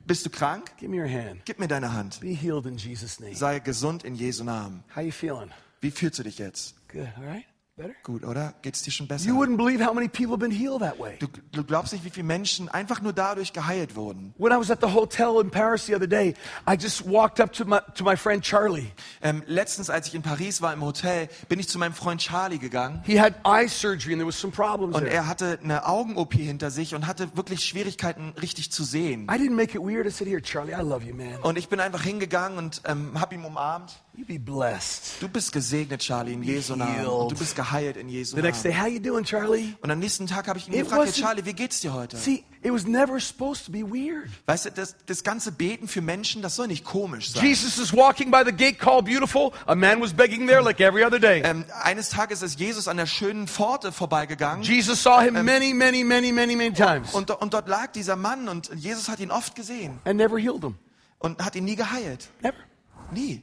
S1: Bist du krank?
S2: Give me your hand.
S1: Gib mir deine Hand.
S2: Be healed in Jesus' name.
S1: Sei gesund in Jesu Namen.
S2: How you feeling?
S1: Wie fühlst du dich jetzt?
S2: Good, all right? Better?
S1: Gut, oder? Geht's dir schon besser?
S2: You wouldn't believe how many people have been healed that way.
S1: Du, du glaubst nicht, wie viele Menschen einfach nur dadurch geheilt wurden.
S2: When I was at the hotel in Paris the other day, I just walked up to my, to my friend Charlie.
S1: Ähm, letztens, als ich in Paris war im Hotel, bin ich zu meinem Freund Charlie gegangen
S2: He had eye surgery and there was some problems
S1: und
S2: there.
S1: er hatte eine Augen-OP hinter sich und hatte wirklich Schwierigkeiten, richtig zu sehen.
S2: I didn't make it weird. I said, here, Charlie, I love you, man.
S1: Und ich bin einfach hingegangen und ähm, hab ihn umarmt.
S2: You be blessed.
S1: Du bist gesegnet, Charlie, in Jesu Namen. Und du bist geheilt in Jesu
S2: The next day,
S1: Namen.
S2: how you doing, Charlie?
S1: Und am nächsten Tag habe ich ihn
S2: It
S1: gefragt, hey
S2: wasn't-
S1: Charlie, wie geht's dir heute?
S2: See, it was never supposed to be weird.
S1: Weißt du, das, das ganze Beten für Menschen, das soll nicht komisch sein.
S2: Jesus is walking by the gate called Beautiful. A man was begging there like every other day.
S1: Ähm, eines Tages ist Jesus an der schönen Pforte vorbeigegangen
S2: Jesus saw him many, many, many, many, many times
S1: und, do- und dort lag dieser Mann und Jesus hat ihn oft gesehen
S2: and never healed him.
S1: und hat ihn nie geheilt.
S2: Never.
S1: Nie.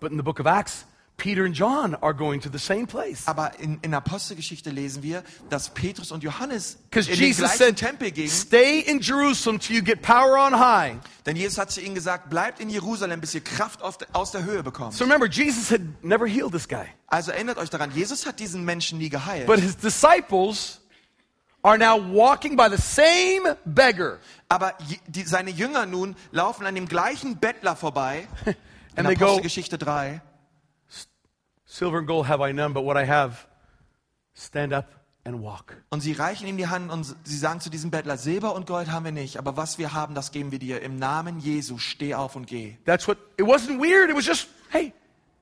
S2: But in the book of Acts, Peter and John are going to the same place.
S1: Aber in, in Apostelgeschichte lesen wir, dass Petrus und Johannes in
S2: Because
S1: den
S2: Jesus
S1: gleichen
S2: said,
S1: Tempel gingen.
S2: Stay in Jerusalem till you get power on high.
S1: Denn Jesus hat zu ihnen gesagt, bleibt in Jerusalem, bis ihr Kraft auf, aus der Höhe bekommt.
S2: So remember, Jesus had never healed this guy.
S1: Also erinnert euch daran, Jesus hat diesen Menschen nie geheilt.
S2: But his disciples are now walking by the same beggar.
S1: aber je- die, seine Jünger nun laufen an dem gleichen Bettler vorbei. In
S2: And they go,
S1: Apostelgeschichte 3.
S2: Silver and gold have I none, but what I have, stand up and walk.
S1: Und sie reichen ihm die Hand und sie sagen zu diesem Bettler, Silber und Gold haben wir nicht, aber was wir haben, das geben wir dir. Im Namen Jesu, steh auf und geh.
S2: That's what, it wasn't weird. It was just, hey,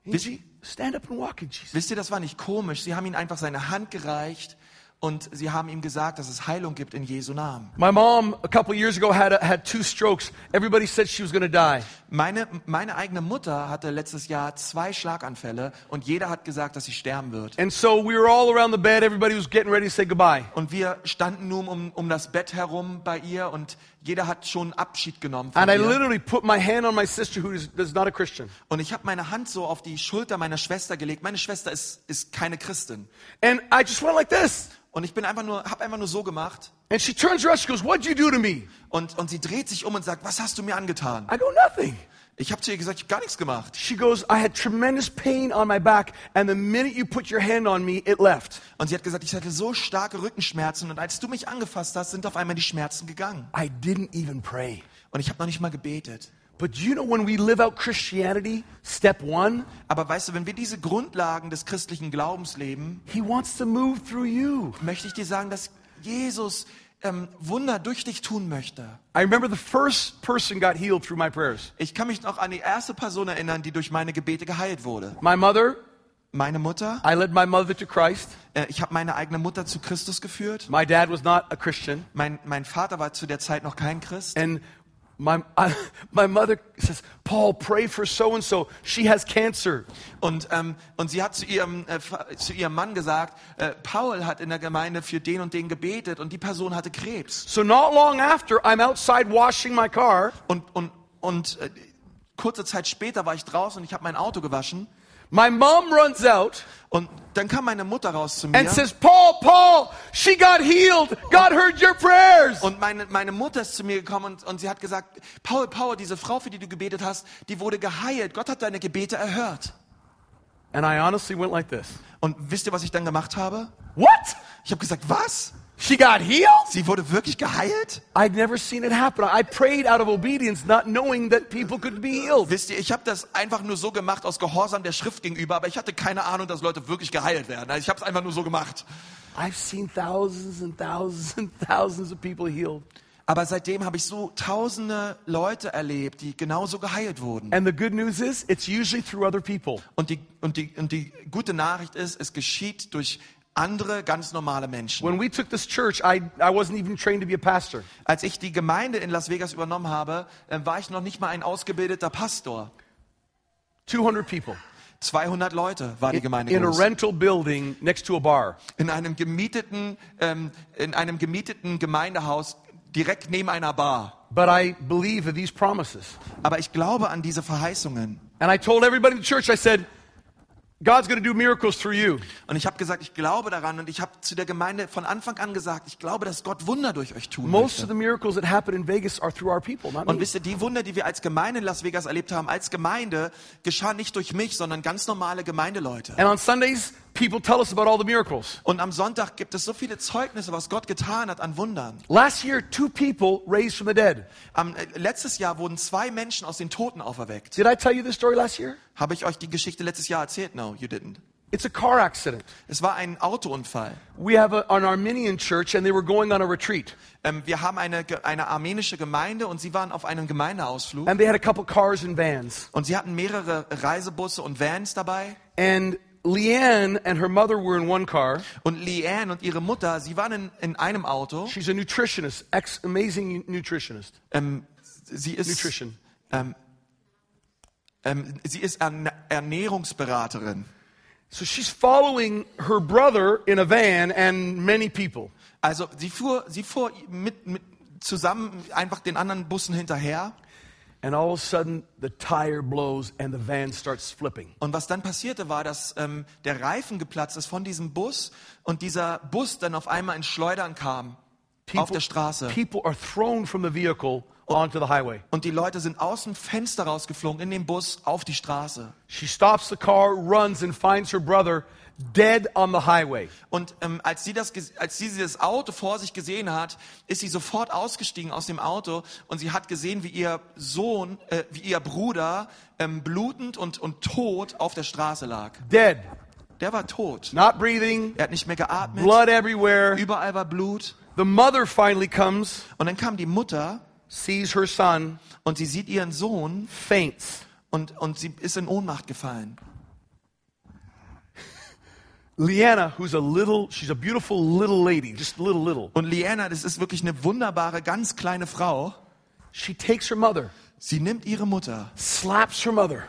S1: Did you-
S2: stand up and walk in Jesus.
S1: Wisst ihr, das war nicht komisch. Sie haben ihm einfach seine Hand gereicht und sie haben ihm gesagt, dass es Heilung gibt in Jesu Namen.
S2: My mom, a couple years ago, had, a, had two strokes. Everybody said she was going to die.
S1: Meine, meine eigene Mutter hatte letztes Jahr zwei Schlaganfälle und jeder hat gesagt, dass sie sterben wird.
S2: And so we were all around the bed. Everybody was getting ready to say goodbye.
S1: Und wir standen nun um, um das Bett herum bei ihr und jeder hat schon Abschied genommen von
S2: And I
S1: ihr.
S2: literally put my hand on my sister, who is, is not a Christian.
S1: Und ich habe meine Hand so auf die Schulter meiner Schwester gelegt. Meine Schwester ist, ist keine Christin.
S2: And I just went like this.
S1: Und ich bin einfach nur, habe einfach nur so gemacht.
S2: And she turns around. She goes, What'd you do to me?
S1: Und, und sie dreht sich um und sagt, was hast du mir angetan?
S2: I go, Nothing.
S1: Ich habe zu ihr gesagt, ich habe gar nichts gemacht.
S2: She goes, I had tremendous pain on my back. And the minute you put your hand on me, it left.
S1: Und sie hat gesagt, ich hatte so starke Rückenschmerzen und als du mich angefasst hast, sind auf einmal die Schmerzen gegangen.
S2: I didn't even pray.
S1: Und ich habe noch nicht mal gebetet.
S2: But you know, when we live out Christianity, step one,
S1: Aber weißt du, wenn wir diese Grundlagen des christlichen Glaubens leben,
S2: He wants to move through you.
S1: möchte ich dir sagen, dass Jesus ähm, Wunder durch dich tun möchte.
S2: I remember the first person got healed through my prayers.
S1: Ich kann mich noch an die erste Person erinnern, die durch meine Gebete geheilt wurde.
S2: My mother,
S1: Meine Mutter.
S2: I led my mother to Christ.
S1: Äh, ich habe meine eigene Mutter zu Christus geführt.
S2: My dad was not a Christian.
S1: Mein, mein Vater war zu der Zeit noch kein Christ.
S2: And my, I, my mother says, Paul, pray for so and so. She has cancer.
S1: Und, ähm, und sie hat zu ihrem, äh, Fa- zu ihrem Mann gesagt, äh, Paul hat in der Gemeinde für den und den gebetet und die Person hatte Krebs.
S2: So, not long after, I'm outside washing my car.
S1: Und, und, und äh, kurze Zeit später war ich draußen und ich habe mein Auto gewaschen.
S2: My mom runs out
S1: Und dann kam meine Mutter raus zu mir.
S2: and says, Paul, Paul, she got healed. God heard your prayers.
S1: Und meine, meine Mutter ist zu mir gekommen und, und sie hat gesagt, Paul, Paul, diese Frau, für die du gebetet hast, die wurde geheilt. Gott hat deine Gebete erhört.
S2: And I honestly went like this
S1: Und wisst ihr, was ich dann gemacht habe?
S2: What?
S1: Ich habe gesagt, was?
S2: She got healed?
S1: Sie wurde wirklich geheilt?
S2: I'd never seen it happen. I prayed out of obedience, not knowing that people could be healed.
S1: Wisst ihr, ich habe das einfach nur so gemacht aus Gehorsam der Schrift gegenüber, aber ich hatte keine Ahnung, dass Leute wirklich geheilt werden. Also ich habe es einfach nur so gemacht.
S2: I've seen thousands and thousands and thousands of people healed.
S1: Aber seitdem habe ich so tausende Leute erlebt, die genauso geheilt wurden.
S2: And the good news is, it's usually through other people.
S1: Und die, und die, und die gute Nachricht ist, es geschieht durch andere ganz normale Menschen.
S2: When we took this church, I, I wasn't even trained to be a pastor.
S1: Als ich die Gemeinde in Las Vegas übernommen habe, äh, war ich noch nicht mal ein ausgebildeter Pastor.
S2: 200 people
S1: 200 Leute war die Gemeinde
S2: in a
S1: groß.
S2: rental building next to a bar.
S1: In einem gemieteten, ähm, in einem gemieteten Gemeindehaus direkt neben einer Bar.
S2: But I believe in these promises.
S1: Aber ich glaube an diese Verheißungen.
S2: And I told everybody in the church, I said, God's going to do miracles through you.
S1: Und ich habe gesagt, ich glaube daran. Und ich habe zu der Gemeinde von Anfang an gesagt, ich glaube, dass Gott Wunder durch euch tun
S2: Most of
S1: möchte.
S2: the miracles that happen in Vegas are through our people, not
S1: Und
S2: me.
S1: wisst ihr, die Wunder, die wir als Gemeinde in Las Vegas erlebt haben, als Gemeinde, geschah nicht durch mich, sondern ganz normale Gemeindeleute.
S2: And on Sundays, people tell us about all the miracles.
S1: Und am Sonntag gibt es so viele Zeugnisse, was Gott getan hat an Wundern.
S2: Last year, two people raised from the dead.
S1: Am, äh, letztes Jahr wurden zwei Menschen aus den Toten auferweckt.
S2: Did I tell you this story last year?
S1: Habe ich euch die Geschichte letztes Jahr erzählt? No, you didn't.
S2: It's a car accident.
S1: Es war ein Autounfall.
S2: We have a, an Armenian church, and they were going on a retreat,
S1: Ähm, wir haben eine, Ge- eine armenische Gemeinde und sie waren auf einem Gemeindeausflug.
S2: and they had a couple cars and vans.
S1: Und sie hatten mehrere Reisebusse und Vans dabei.
S2: And Leanne and her mother were in one car.
S1: Und Leanne und ihre Mutter, sie waren in, in einem Auto.
S2: She's a nutritionist, ex amazing nutritionist.
S1: Ähm, sie ist,
S2: Nutrition.
S1: Ähm, ähm, sie ist Erne Ernährungsberaterin.
S2: So she's following her brother in a van and many people.
S1: Also sie fuhr, sie fuhr mit, mit zusammen einfach den anderen Bussen hinterher.
S2: And all of a sudden, the tire blows and the van starts flipping.
S1: Und was dann passierte, war, dass ähm, der Reifen geplatzt ist von diesem Bus und dieser Bus dann auf einmal in Schleudern kam auf der Straße.
S2: people are thrown from the vehicle onto the highway.
S1: Und die Leute sind aus dem Fenster rausgeflogen, in den Bus, auf die Straße.
S2: She stops the car, runs, and finds her brother dead on the highway.
S1: Und ähm, als, sie das, ges- als sie dieses Auto vor sich gesehen hat, ist sie sofort ausgestiegen aus dem Auto und sie hat gesehen, wie ihr Sohn, äh, wie ihr Bruder ähm, blutend und, und tot auf der Straße lag.
S2: Dead.
S1: Der war tot.
S2: Not breathing,
S1: Er hat nicht mehr geatmet.
S2: blood everywhere.
S1: Überall war Blut.
S2: The mother finally comes,
S1: Und dann kam die Mutter
S2: sees her son,
S1: und sie sieht ihren Sohn
S2: faints.
S1: und, und sie ist in Ohnmacht gefallen.
S2: Leanna, who's a little, she's a beautiful little lady, just little, little.
S1: Und Liana, das ist wirklich eine wunderbare, ganz kleine Frau.
S2: She takes her mother,
S1: Sie nimmt ihre Mutter,
S2: slaps her mother,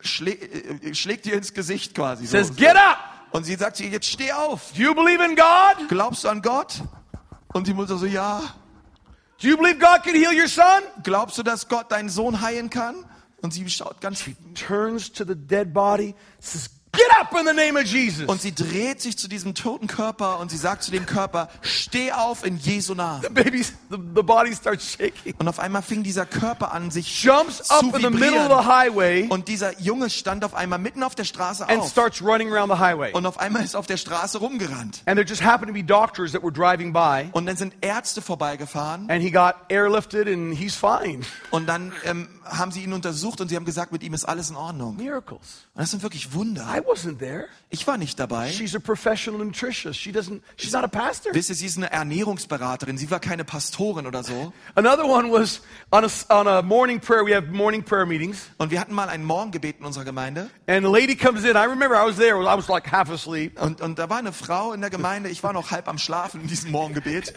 S1: schlä äh, äh, schlägt ihr ins Gesicht quasi. So.
S2: says, Get up!
S1: Und sie sagt zu ihr, jetzt steh auf.
S2: Do you believe in God?
S1: Glaubst du an Gott? Und die Mutter so, ja.
S2: Do you believe God can heal your son?
S1: Glaubst du, dass Gott deinen Sohn heilen kann? Und sie schaut ganz
S2: Turns to the dead body, says, Get up in the name of Jesus.
S1: und sie dreht sich zu diesem toten Körper und sie sagt zu dem Körper, steh auf in Jesu Namen.
S2: Baby's, the, the body starts shaking.
S1: Und auf einmal fing dieser Körper an, sich
S2: Jumps
S1: zu
S2: up in the middle of the
S1: vibrieren.
S2: highway
S1: Und dieser Junge stand auf einmal mitten auf der Straße
S2: and
S1: auf.
S2: starts running around the highway.
S1: Und auf einmal ist auf der Straße rumgerannt.
S2: And there just happened to be doctors that were driving by,
S1: Und dann sind Ärzte vorbeigefahren
S2: and he got airlifted, and he's fine.
S1: und dann ähm, haben sie ihn untersucht und sie haben gesagt, mit ihm ist alles in Ordnung. Und
S2: Miracles.
S1: das sind wirklich Wunder.
S2: I wasn't there.
S1: Ich war nicht dabei.
S2: She's a professional nutritionist. She doesn't. She's not a pastor.
S1: Wisst ihr, sie ist eine Ernährungsberaterin, sie war keine Pastorin oder so.
S2: Another one was on a, s- on a morning prayer. We have morning prayer meetings,
S1: Und wir hatten mal ein Morgengebet in unserer Gemeinde
S2: and a lady comes in. I remember I was there. I was like half asleep.
S1: und, und da war eine Frau in der Gemeinde, ich war noch halb am Schlafen in diesem Morgengebet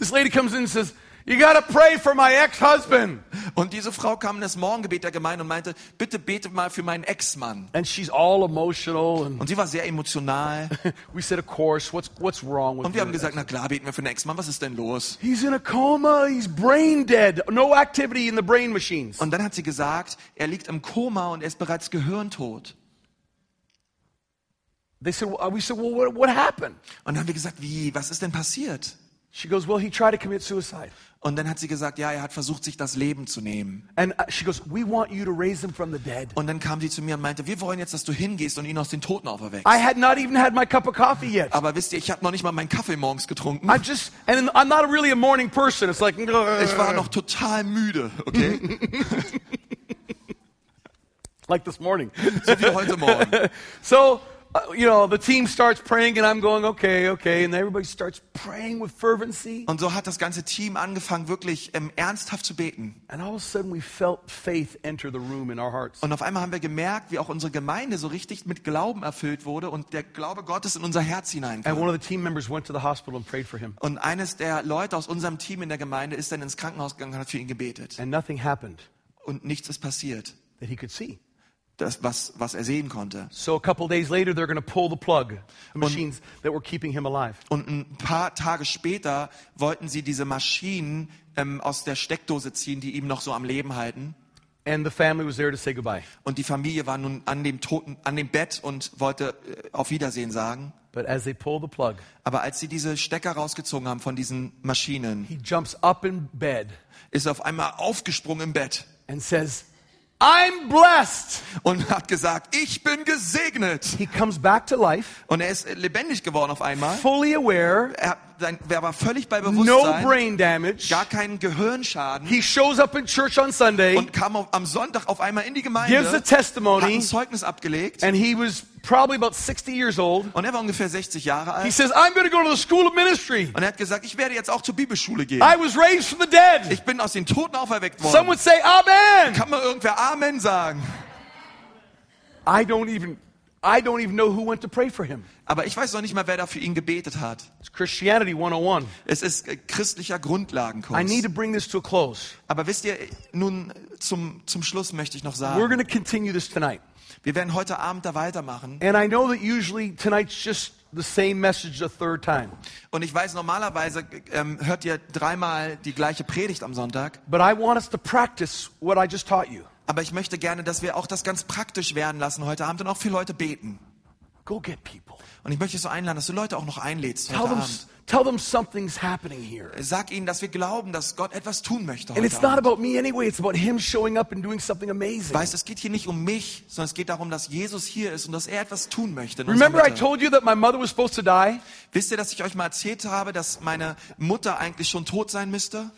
S2: This lady comes in and says, "You got to pray for my ex-husband."
S1: und diese Frau kam in das Morgengebet der Gemeinde und meinte, bitte bete mal für meinen Ex-Mann.
S2: And she's all emotional, and
S1: Und sie war sehr emotional
S2: we said, "Of course. What's what's wrong with
S1: und wir haben
S2: him?"
S1: gesagt, na klar, beten wir für den Ex-Mann, was ist denn los?
S2: He's in a coma. He's brain dead. No activity in the brain machines.
S1: Und dann hat sie gesagt, er liegt im Koma und er ist bereits gehirntot.
S2: They said, well, we said, well, what, what happened?
S1: Und dann haben wir gesagt, wie, was ist denn passiert?
S2: She goes, well, he tried to commit suicide.
S1: Und dann hat sie gesagt, ja, er hat versucht, sich das Leben zu nehmen.
S2: And uh, she goes, we want you to raise him from the dead.
S1: Und dann kam sie zu mir und meinte, wir wollen jetzt, dass du hingehst und ihn aus den Toten auferweckst.
S2: I had not even had my cup of coffee yet.
S1: Aber wisst ihr, ich habe noch nicht mal meinen Kaffee morgens getrunken.
S2: I just, and I'm not really a morning person. It's like,
S1: Ich war noch total müde, okay?
S2: like this morning.
S1: So wie heute Morgen.
S2: So, uh, you know, the team starts praying and I'm going, okay, okay. And everybody starts praying with fervency.
S1: Und so hat das ganze Team angefangen, wirklich ähm, ernsthaft zu beten.
S2: And all of a sudden we felt faith enter the room in our hearts.
S1: Und auf einmal haben wir gemerkt, wie auch unsere Gemeinde so richtig mit Glauben erfüllt wurde und der Glaube Gottes in unser Herz
S2: And
S1: hineinkam.
S2: one of the team members went to the hospital and prayed for him.
S1: Und eines der Leute aus unserem Team in der Gemeinde ist dann ins Krankenhaus gegangen und hat für ihn gebetet.
S2: And nothing happened
S1: Und nichts ist passiert,
S2: that he could see.
S1: das, was, was er sehen konnte.
S2: So a couple days later, they're going to pull the plug, the machines that were keeping him alive.
S1: Und ein paar Tage später wollten sie diese Maschinen ähm, aus der Steckdose ziehen, die ihm noch so am Leben halten.
S2: And the family was there to say goodbye.
S1: Und die Familie war nun an dem Toten, an dem Bett und wollte äh, auf Wiedersehen sagen.
S2: But as they pull the plug,
S1: Aber als sie diese Stecker rausgezogen haben von diesen Maschinen,
S2: he jumps up in bed
S1: ist er auf einmal aufgesprungen im Bett
S2: and says, I'm blessed.
S1: und hat gesagt, ich bin gesegnet.
S2: He comes back to life,
S1: Und er ist äh, lebendig geworden auf einmal.
S2: fully aware,
S1: Er, sein, er war völlig bei
S2: no
S1: Bewusstsein,
S2: brain damage.
S1: gar keinen Gehirnschaden
S2: He shows up in church on Sunday,
S1: und kam auf, am Sonntag auf einmal in die
S2: gives a
S1: Gemeinde, hat
S2: testimony,
S1: ein Zeugnis abgelegt
S2: and he was probably about 60 years old.
S1: und er war ungefähr 60 Jahre
S2: He
S1: alt
S2: says, I'm going to go to the school of ministry.
S1: und er hat gesagt, ich werde jetzt auch zur Bibelschule gehen.
S2: I was raised from the dead.
S1: Ich bin aus den Toten auferweckt
S2: Some
S1: worden.
S2: would say, Amen.
S1: Kann mal irgendwer Amen sagen?
S2: I don't even, I don't even know who went to pray for him.
S1: Aber ich weiß noch nicht mal, wer da für ihn gebetet hat.
S2: It's Christianity 101.
S1: Es ist äh, christlicher
S2: I need
S1: Grundlagenkurs.
S2: to bring this to a close.
S1: Aber wisst ihr, nun zum, zum Schluss möchte ich noch
S2: We're
S1: sagen,
S2: going to continue this tonight.
S1: wir werden heute Abend da weitermachen.
S2: And I know that usually tonight's just the same message a third time.
S1: Und ich weiß, normalerweise ähm, hört ihr dreimal die gleiche Predigt am Sonntag.
S2: But I want us to practice what I just taught you.
S1: Aber ich möchte gerne, dass wir auch das ganz praktisch werden lassen heute Abend und auch für Leute beten.
S2: Go get people.
S1: Und ich möchte dich so einladen, dass du Leute auch noch einlädst
S2: Tell
S1: heute
S2: them,
S1: Abend.
S2: tell them something's happening here.
S1: Sag ihnen, dass wir glauben, dass Gott etwas tun möchte
S2: And
S1: heute
S2: it's not
S1: Abend.
S2: about me anyway, it's about him showing up and doing something amazing.
S1: Weißt, es geht hier nicht um mich, sondern es geht darum, dass Jesus hier ist und dass er etwas tun möchte. in unserer
S2: Remember, I
S1: Mitte.
S2: told you that my mother was supposed to die?
S1: Wisst ihr, dass ich euch mal erzählt habe, dass meine Mutter eigentlich schon tot sein müsste?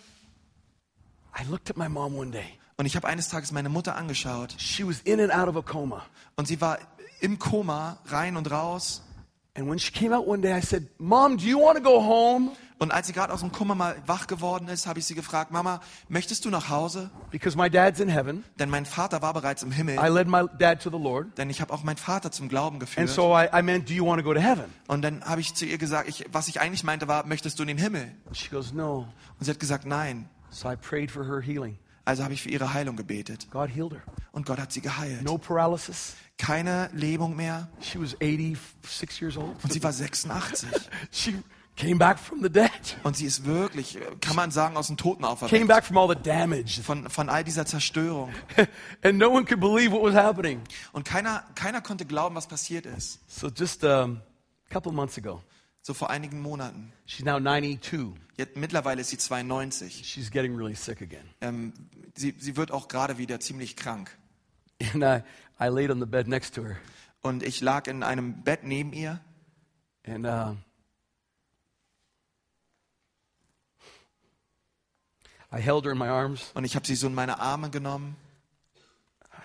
S2: I looked at my mom one day.
S1: Und ich habe eines Tages meine Mutter angeschaut
S2: She was in and out of a coma.
S1: und sie war im Koma rein und raus.
S2: And when she came out one day, I said, Mom, do you want to go home?
S1: Und als sie gerade aus dem Kummer mal wach geworden ist, habe ich sie gefragt, Mama, möchtest du nach Hause?
S2: Because my dad's in heaven.
S1: Denn mein Vater war bereits im Himmel.
S2: I led my dad to the Lord.
S1: Denn ich habe auch meinen Vater zum Glauben
S2: And
S1: geführt.
S2: so I, I meant, do you want to go to heaven?
S1: und dann habe ich zu ihr gesagt, ich, was ich eigentlich meinte war, möchtest du in den Himmel?
S2: And she goes, no.
S1: Und sie hat gesagt, nein.
S2: So I prayed for her healing.
S1: Also habe ich für ihre Heilung gebetet.
S2: God healed her.
S1: Und Gott hat sie geheilt.
S2: No paralysis.
S1: Keine Lähmung mehr.
S2: She was 86 years old.
S1: Und sie war 86.
S2: She came back from the dead.
S1: und sie ist wirklich, kann man sagen, aus den Toten
S2: Came
S1: auferweckt.
S2: back from all the damage.
S1: Von, von all dieser Zerstörung.
S2: and no one could believe what was happening.
S1: Und keiner, keiner konnte glauben, was passiert ist.
S2: So just um, a couple months ago,
S1: So vor einigen Monaten.
S2: she's now 92.
S1: Jetzt, mittlerweile ist sie 92.
S2: She's getting really sick again.
S1: Ähm, sie, sie wird auch gerade wieder ziemlich krank.
S2: And I, I laid on the bed next to her.
S1: Und ich lag in einem Bett neben ihr
S2: And um, I held her in my arms.
S1: und ich habe sie so in meine Arme genommen.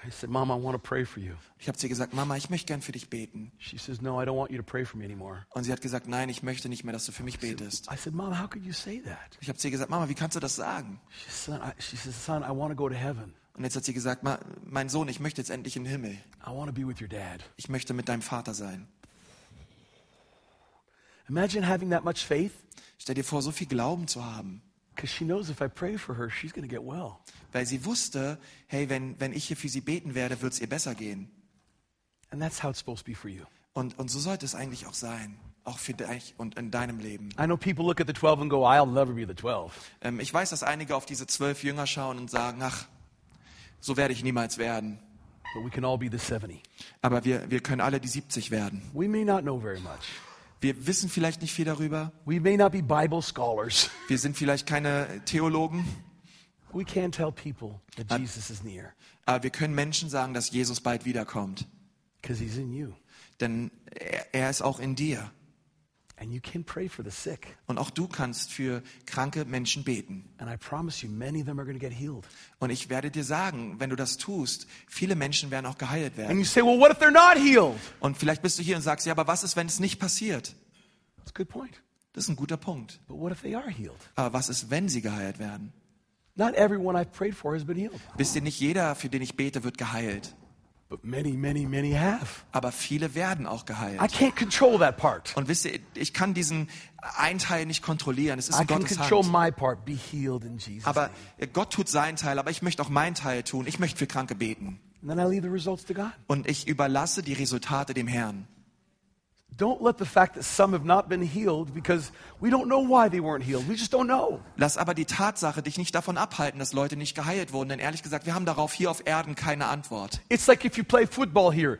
S2: I said, Mom, I want to pray for you.
S1: Ich habe sie gesagt, Mama, ich möchte gern für dich beten.
S2: She says, No, I don't want you to pray for me anymore.
S1: Und sie hat gesagt, nein, ich möchte nicht mehr, dass du für mich betest.
S2: I said, Mom, how could you say that?
S1: Ich habe sie gesagt, Mama, wie kannst du das sagen?
S2: She, says, son, I, she says, Son, I want to go to heaven.
S1: Und jetzt hat sie gesagt, Ma, mein Sohn, ich möchte jetzt endlich in den Himmel.
S2: I want to be with your dad.
S1: Ich möchte mit deinem Vater sein.
S2: Imagine having that much faith
S1: Stell dir vor, so viel Glauben zu haben.
S2: because she knows if I pray for her, she's going to get well.
S1: Weil sie wusste, hey, wenn, wenn ich hier für sie beten werde, wird es ihr besser gehen.
S2: And that's how it's supposed to be for you.
S1: Und, und so sollte es eigentlich auch sein. Auch für dich und in deinem Leben.
S2: I know people look at the 12 and go, I'll never be the 12.
S1: Ähm, ich weiß, dass einige auf diese zwölf Jünger schauen und sagen, ach, so werde ich niemals werden.
S2: But we can all be the 70.
S1: Aber wir, wir können alle die 70 werden.
S2: We may not know very much.
S1: Wir wissen vielleicht nicht viel darüber.
S2: We may not be Bible scholars.
S1: Wir sind vielleicht keine Theologen.
S2: We can tell people that Jesus is near
S1: Aber wir können Menschen sagen, dass Jesus bald wiederkommt.
S2: because he's in you.
S1: Denn er, er ist auch in dir.
S2: And you can pray for the sick.
S1: Und auch du kannst für kranke Menschen beten.
S2: And I promise you, many of them are going to get healed.
S1: Und ich werde dir sagen, wenn du das tust, viele Menschen werden auch geheilt
S2: And
S1: werden.
S2: you say, well, what if they're not healed?
S1: Und vielleicht bist du hier und sagst, ja, aber was ist, wenn es nicht passiert?
S2: That's a good point.
S1: Das ist ein guter Punkt.
S2: But what if they are healed?
S1: Aber was ist, wenn sie geheilt werden?
S2: Not everyone I've prayed for has been healed,
S1: Wisst ihr, nicht jeder, für den ich bete, wird geheilt.
S2: but many, many, many have.
S1: Aber viele werden auch
S2: I
S1: geheilt.
S2: can't control that part.
S1: Und wisst ihr, ich kann diesen einen Teil nicht kontrollieren. Es ist
S2: I
S1: in
S2: can
S1: Gottes
S2: control
S1: Hand.
S2: my part. Be healed in Jesus.
S1: Aber äh,
S2: name.
S1: Gott tut seinen Teil, aber ich möchte auch meinen Teil tun. Ich möchte für Kranke beten.
S2: And then I leave the results to God.
S1: Und ich überlasse die Resultate dem Herrn.
S2: Don't let the fact that some have not been healed because we don't know why they weren't healed. We just don't know.
S1: Lass aber die Tatsache dich nicht davon abhalten, dass Leute nicht geheilt wurden. Denn ehrlich gesagt, wir haben darauf hier auf Erden keine Antwort.
S2: It's like if you play football here.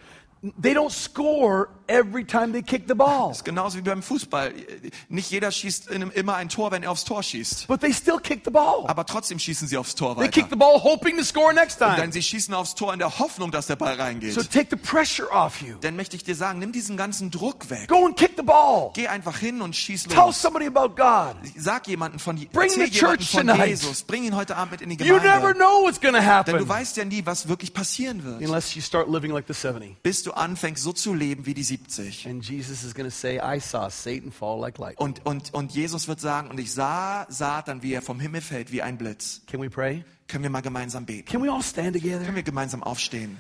S2: They don't score every time they kick the ball,
S1: Ist genauso wie beim Fußball. Nicht jeder schießt in einem- immer ein Tor, wenn er aufs Tor schießt.
S2: but they still kick the ball.
S1: Aber trotzdem schießen sie aufs Tor
S2: They
S1: weiter.
S2: kick the ball hoping to score next
S1: Denn
S2: time.
S1: sie schießen aufs Tor in der Hoffnung, dass der Ball
S2: So
S1: reingeht.
S2: take the pressure off you.
S1: Dann möchte ich dir sagen, nimm diesen ganzen Druck weg.
S2: Go and kick the ball.
S1: Geh einfach hin und schieß
S2: Tell
S1: los.
S2: somebody about God.
S1: Sag jemanden von, Je-
S2: Bring
S1: erzähl
S2: the
S1: jemanden
S2: church
S1: von
S2: tonight.
S1: Jesus. Bring ihn heute Abend mit in die
S2: You never
S1: Gemeinde.
S2: know what's going
S1: Denn
S2: to
S1: du
S2: happen
S1: weißt ja nie, was wirklich passieren wird.
S2: unless you start living like the 70.
S1: Bis du anfängst, so zu leben wie die 70.
S2: And Jesus is going to say, I saw Satan fall like lightning.
S1: Und, und, und Jesus wird sagen, und ich sah Satan, wie er vom Himmel fällt, wie ein Blitz.
S2: Can we pray?
S1: Können wir mal gemeinsam beten?
S2: Can we all stand
S1: Können
S2: together?
S1: wir gemeinsam aufstehen?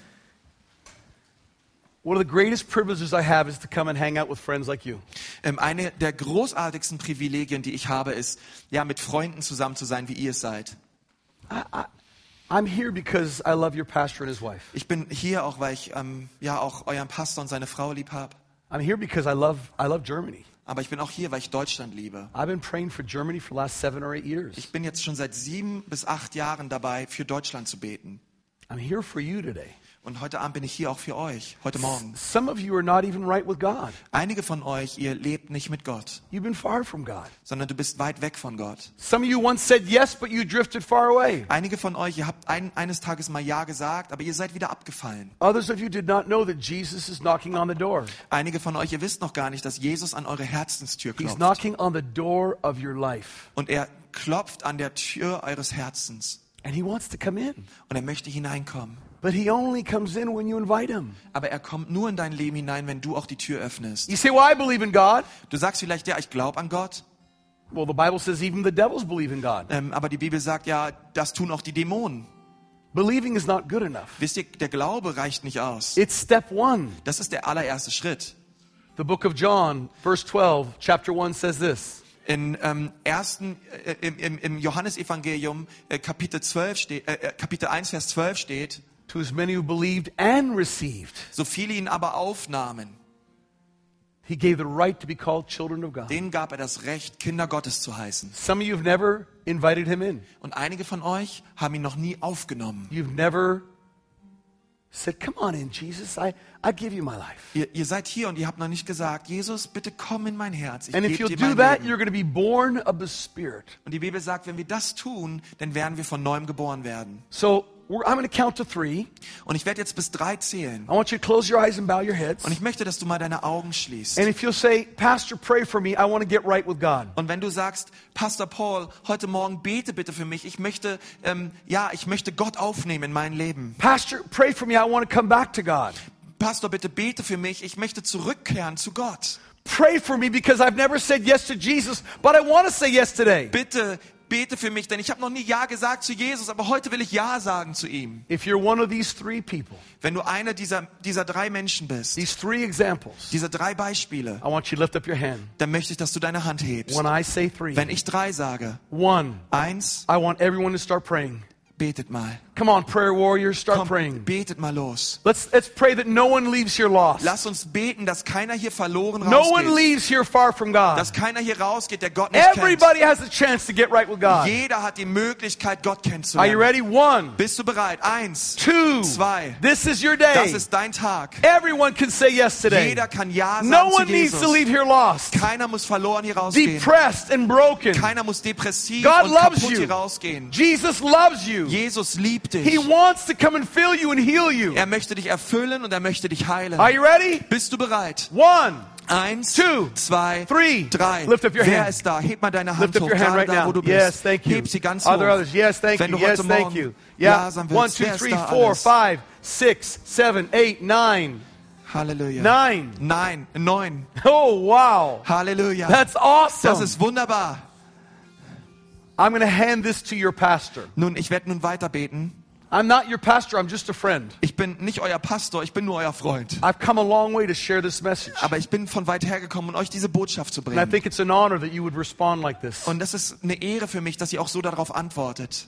S2: One of the greatest privileges I have is to come and hang out with friends like you.
S1: Ähm, eine der großartigsten Privilegien, die ich habe, ist, ja, mit Freunden zusammen zu sein, wie ihr es seid.
S2: I'm here because I love your pastor and his wife.
S1: Ich bin hier auch, weil ich ähm, ja auch euren Pastor und seine Frau lieb habe.
S2: I'm here because I love, I love Germany.
S1: Aber ich bin auch hier, weil ich Deutschland liebe.
S2: I've been praying for Germany for the last seven or eight years.
S1: Ich bin jetzt schon seit sieben bis acht Jahren dabei, für Deutschland zu beten.
S2: I'm here for you today.
S1: Und heute Abend bin ich hier auch für euch, heute Morgen.
S2: Some of you are not even right with God.
S1: Einige von euch, ihr lebt nicht mit Gott,
S2: You've been far from God.
S1: sondern du bist weit weg von Gott.
S2: Some of you once said yes, but you drifted far away.
S1: Einige von euch, ihr habt ein, eines Tages mal Ja gesagt, aber ihr seid wieder abgefallen.
S2: Others of you did not know that Jesus is knocking on the door.
S1: Einige von euch, ihr wisst noch gar nicht, dass Jesus an eure Herzenstür klopft.
S2: He's knocking on the door of your life,
S1: Und er klopft an der Tür eures Herzens.
S2: and he wants to come in.
S1: Und er möchte hineinkommen.
S2: But he only comes in when you invite him.
S1: Aber er kommt nur in dein Leben hinein, wenn du auch die Tür öffnest.
S2: You say, Well, I believe in God.
S1: Du sagst vielleicht, ja, ich glaube an Gott.
S2: Well, the Bible says even the devils believe in God.
S1: Ähm, aber die Bibel sagt ja, das tun auch die Dämonen.
S2: Believing is not good enough.
S1: Wisst ihr, der Glaube reicht nicht aus.
S2: It's step one.
S1: Das ist der allererste Schritt.
S2: The book of John, verse 12, chapter 1 says this
S1: In ähm, ersten, äh, im, im, im Johannesevangelium, äh, Kapitel, 12 steht, äh, äh, Kapitel 1, Vers 12 steht,
S2: To as many who believed and received,
S1: so viele ihn aber aufnahmen,
S2: he gave the right to be called children of God.
S1: denen gab er das Recht, Kinder Gottes zu heißen.
S2: Some of you have never invited him in,
S1: Und einige von euch haben ihn noch nie aufgenommen.
S2: you've never said, Come on in, Jesus, I, I give you my life.
S1: Ihr, ihr seid hier und ihr habt noch nicht gesagt, Jesus, bitte komm in mein Herz. Ich
S2: And if
S1: gebe
S2: you'll
S1: dir
S2: do
S1: mein
S2: that,
S1: Leben.
S2: you're going to be born of the Spirit.
S1: Und die Bibel sagt, wenn wir das tun, dann werden wir von neuem geboren werden.
S2: So we're, I'm going to count to three.
S1: Und ich werde jetzt bis drei zählen.
S2: I want you to close your eyes and bow your heads.
S1: Und ich möchte, dass du mal deine Augen schließt.
S2: And if you'll say, Pastor, pray for me, I want to get right with God.
S1: Und wenn du sagst, Pastor Paul, heute Morgen bete bitte für mich. Ich möchte, ähm, ja, ich möchte Gott aufnehmen in mein Leben.
S2: Pastor, pray for me, I want to come back to God.
S1: Pastor, bitte bete für mich. Ich möchte zurückkehren zu Gott.
S2: Pray for me because I've never said yes to Jesus, but I want to say yes today.
S1: Bitte bete für mich, denn ich habe noch nie Ja gesagt zu Jesus, aber heute will ich Ja sagen zu ihm.
S2: If you're one of these three people,
S1: Wenn du einer dieser, dieser drei Menschen bist,
S2: these three examples,
S1: diese drei Beispiele,
S2: I want you to lift up your hand.
S1: dann möchte ich, dass du deine Hand hebst.
S2: When I say three,
S1: Wenn ich drei sage,
S2: one,
S1: eins,
S2: I want everyone to start praying.
S1: betet mal.
S2: Come on, prayer warriors, start
S1: Komm,
S2: praying.
S1: betet mal los.
S2: Let's, let's pray that no one leaves here lost.
S1: Lass uns beten, dass keiner hier verloren
S2: No one
S1: rausgeht.
S2: leaves here far from God.
S1: Dass keiner hier rausgeht, der Gott nicht kennt.
S2: Everybody has a chance to get right with God.
S1: Jeder hat die Möglichkeit, Gott
S2: Are you
S1: kennenzulernen.
S2: ready? One,
S1: Bist du bereit? Eins,
S2: two,
S1: zwei.
S2: this is your
S1: Das
S2: day.
S1: ist dein Tag.
S2: Everyone can say yes today.
S1: Jeder kann Ja
S2: No
S1: sagen zu
S2: one needs to
S1: Jesus.
S2: leave here lost,
S1: Keiner muss verloren hier rausgehen.
S2: depressed and broken.
S1: Keiner muss depressiv
S2: God
S1: und
S2: loves
S1: kaputt
S2: you.
S1: hier rausgehen.
S2: Jesus loves you.
S1: Jesus liebt
S2: He
S1: dich.
S2: wants to come and fill you and heal you.
S1: Er möchte dich erfüllen und er möchte dich heilen.
S2: Are you ready?
S1: Bist du bereit?
S2: One.
S1: Eins,
S2: Two,
S1: zwei,
S2: three.
S1: drei.
S2: Lift up your
S1: Wer
S2: hand.
S1: ist da? Heb mal deine Hand
S2: Lift up
S1: hoch,
S2: your hand
S1: gerade
S2: right
S1: da, wo
S2: now.
S1: du
S2: Yes,
S1: bist.
S2: thank you.
S1: Heb sie ganz
S2: Other
S1: hoch.
S2: others. Yes, thank
S1: Wenn
S2: you.
S1: du
S2: Yes,
S1: heute
S2: thank
S1: Morgen
S2: you.
S1: Ja
S2: Yeah.
S1: sagen willst,
S2: One, two,
S1: wer ist
S2: three,
S1: da
S2: four,
S1: alles?
S2: five, six, seven, eight, nine.
S1: Halleluja.
S2: Nine.
S1: Nein, neun.
S2: Oh, wow.
S1: Halleluja.
S2: That's
S1: das
S2: awesome.
S1: ist wunderbar.
S2: I'm going to hand this to your pastor.
S1: Nun, ich werde nun weiter beten.
S2: I'm not your pastor, I'm just a friend.
S1: Ich bin nicht euer Pastor, ich bin nur euer Freund.
S2: I've come a long way to share this message.
S1: Aber ich bin von weit hergekommen, um euch diese Botschaft zu
S2: And I
S1: bringen.
S2: think it's an honor that you would respond like this.
S1: Und das ist eine Ehre für mich, dass ihr auch so darauf antwortet.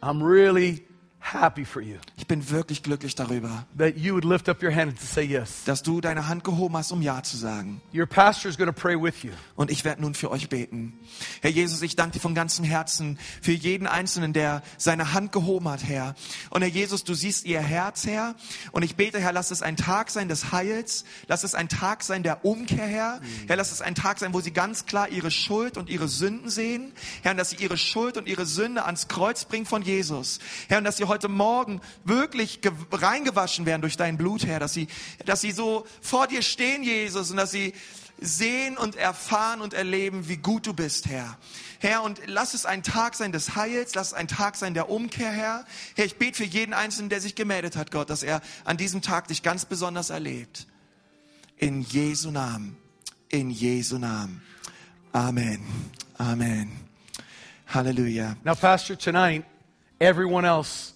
S2: I'm really happy for you
S1: Ich bin wirklich glücklich darüber,
S2: that you would lift up your hand and to say yes.
S1: dass du deine Hand gehoben hast, um Ja zu sagen.
S2: Your pastor is going to pray with you.
S1: Und ich werde nun für euch beten. Herr Jesus, ich danke dir von ganzem Herzen für jeden Einzelnen, der seine Hand gehoben hat, Herr. Und Herr Jesus, du siehst ihr Herz, Herr. Und ich bete, Herr, lass es ein Tag sein des Heils. Lass es ein Tag sein der Umkehr, Herr. Herr, lass es ein Tag sein, wo sie ganz klar ihre Schuld und ihre Sünden sehen. Herr, und dass sie ihre Schuld und ihre Sünde ans Kreuz bringen von Jesus. Herr, und dass sie heute Morgen wirklich ge- reingewaschen werden durch dein Blut, Herr. Dass sie, dass sie so vor dir stehen, Jesus. Und dass sie sehen und erfahren und erleben, wie gut du bist, Herr. Herr, und lass es ein Tag sein des Heils, lass es ein Tag sein der Umkehr, Herr. Herr, ich bete für jeden Einzelnen, der sich gemeldet hat, Gott, dass er an diesem Tag dich ganz besonders erlebt. In Jesu Namen. In Jesu Namen. Amen. Amen. Halleluja.
S2: Now, Pastor, tonight, everyone else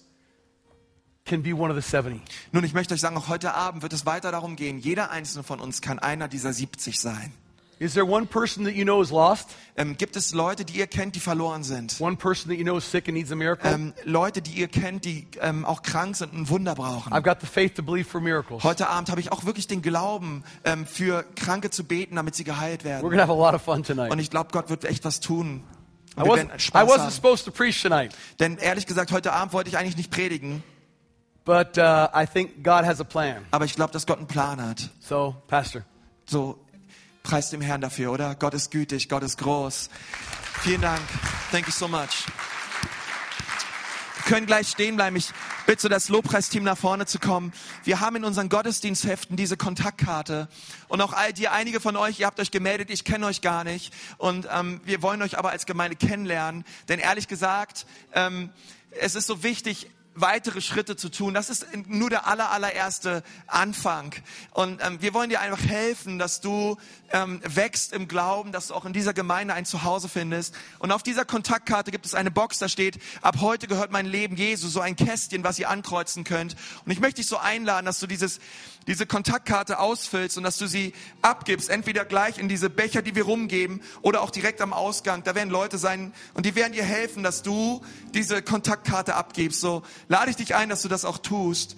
S2: can be one of the 70.
S1: Nun, ich möchte euch sagen, auch heute Abend wird es weiter darum gehen, jeder Einzelne von uns kann einer dieser 70 sein.
S2: Is there one person that you know is lost?
S1: Ähm, gibt es Leute, die ihr kennt, die verloren sind?
S2: One person that you know is sick and needs a miracle?
S1: ähm, Leute, die ihr kennt, die ähm, auch krank sind und ein Wunder brauchen.
S2: I've got the faith to believe for miracles. We're
S1: Heute Abend habe ich auch wirklich den Glauben, ähm, für Kranke zu beten, damit sie geheilt werden.
S2: going to have a lot of fun
S1: Und
S2: tonight.
S1: ich glaube, Gott wird echt was tun.
S2: I
S1: Und wir werden
S2: wasn't, I
S1: Spaß
S2: wasn't
S1: haben.
S2: supposed to preach tonight,
S1: Denn ehrlich gesagt, heute Abend wollte ich eigentlich nicht predigen,
S2: but uh, I think God has a plan.
S1: aber ich glaube, dass Gott einen Plan hat.
S2: So, Pastor.
S1: So, preis dem Herrn dafür, oder? Gott ist gütig, Gott ist groß. Vielen Dank. Thank you so much. Wir können gleich stehen bleiben. Ich bitte das Lobpreisteam nach vorne zu kommen. Wir haben in unseren Gottesdienstheften diese Kontaktkarte. Und auch all die, einige von euch, ihr habt euch gemeldet, ich kenne euch gar nicht. Und ähm, wir wollen euch aber als Gemeinde kennenlernen. Denn ehrlich gesagt, ähm, es ist so wichtig, weitere Schritte zu tun. Das ist nur der aller, allererste Anfang. Und ähm, wir wollen dir einfach helfen, dass du ähm, wächst im Glauben, dass du auch in dieser Gemeinde ein Zuhause findest. Und auf dieser Kontaktkarte gibt es eine Box, da steht, ab heute gehört mein Leben Jesu, so ein Kästchen, was ihr ankreuzen könnt. Und ich möchte dich so einladen, dass du dieses, diese Kontaktkarte ausfüllst und dass du sie abgibst, entweder gleich in diese Becher, die wir rumgeben, oder auch direkt am Ausgang. Da werden Leute sein und die werden dir helfen, dass du diese Kontaktkarte abgibst. So lade ich dich ein, dass du das auch tust.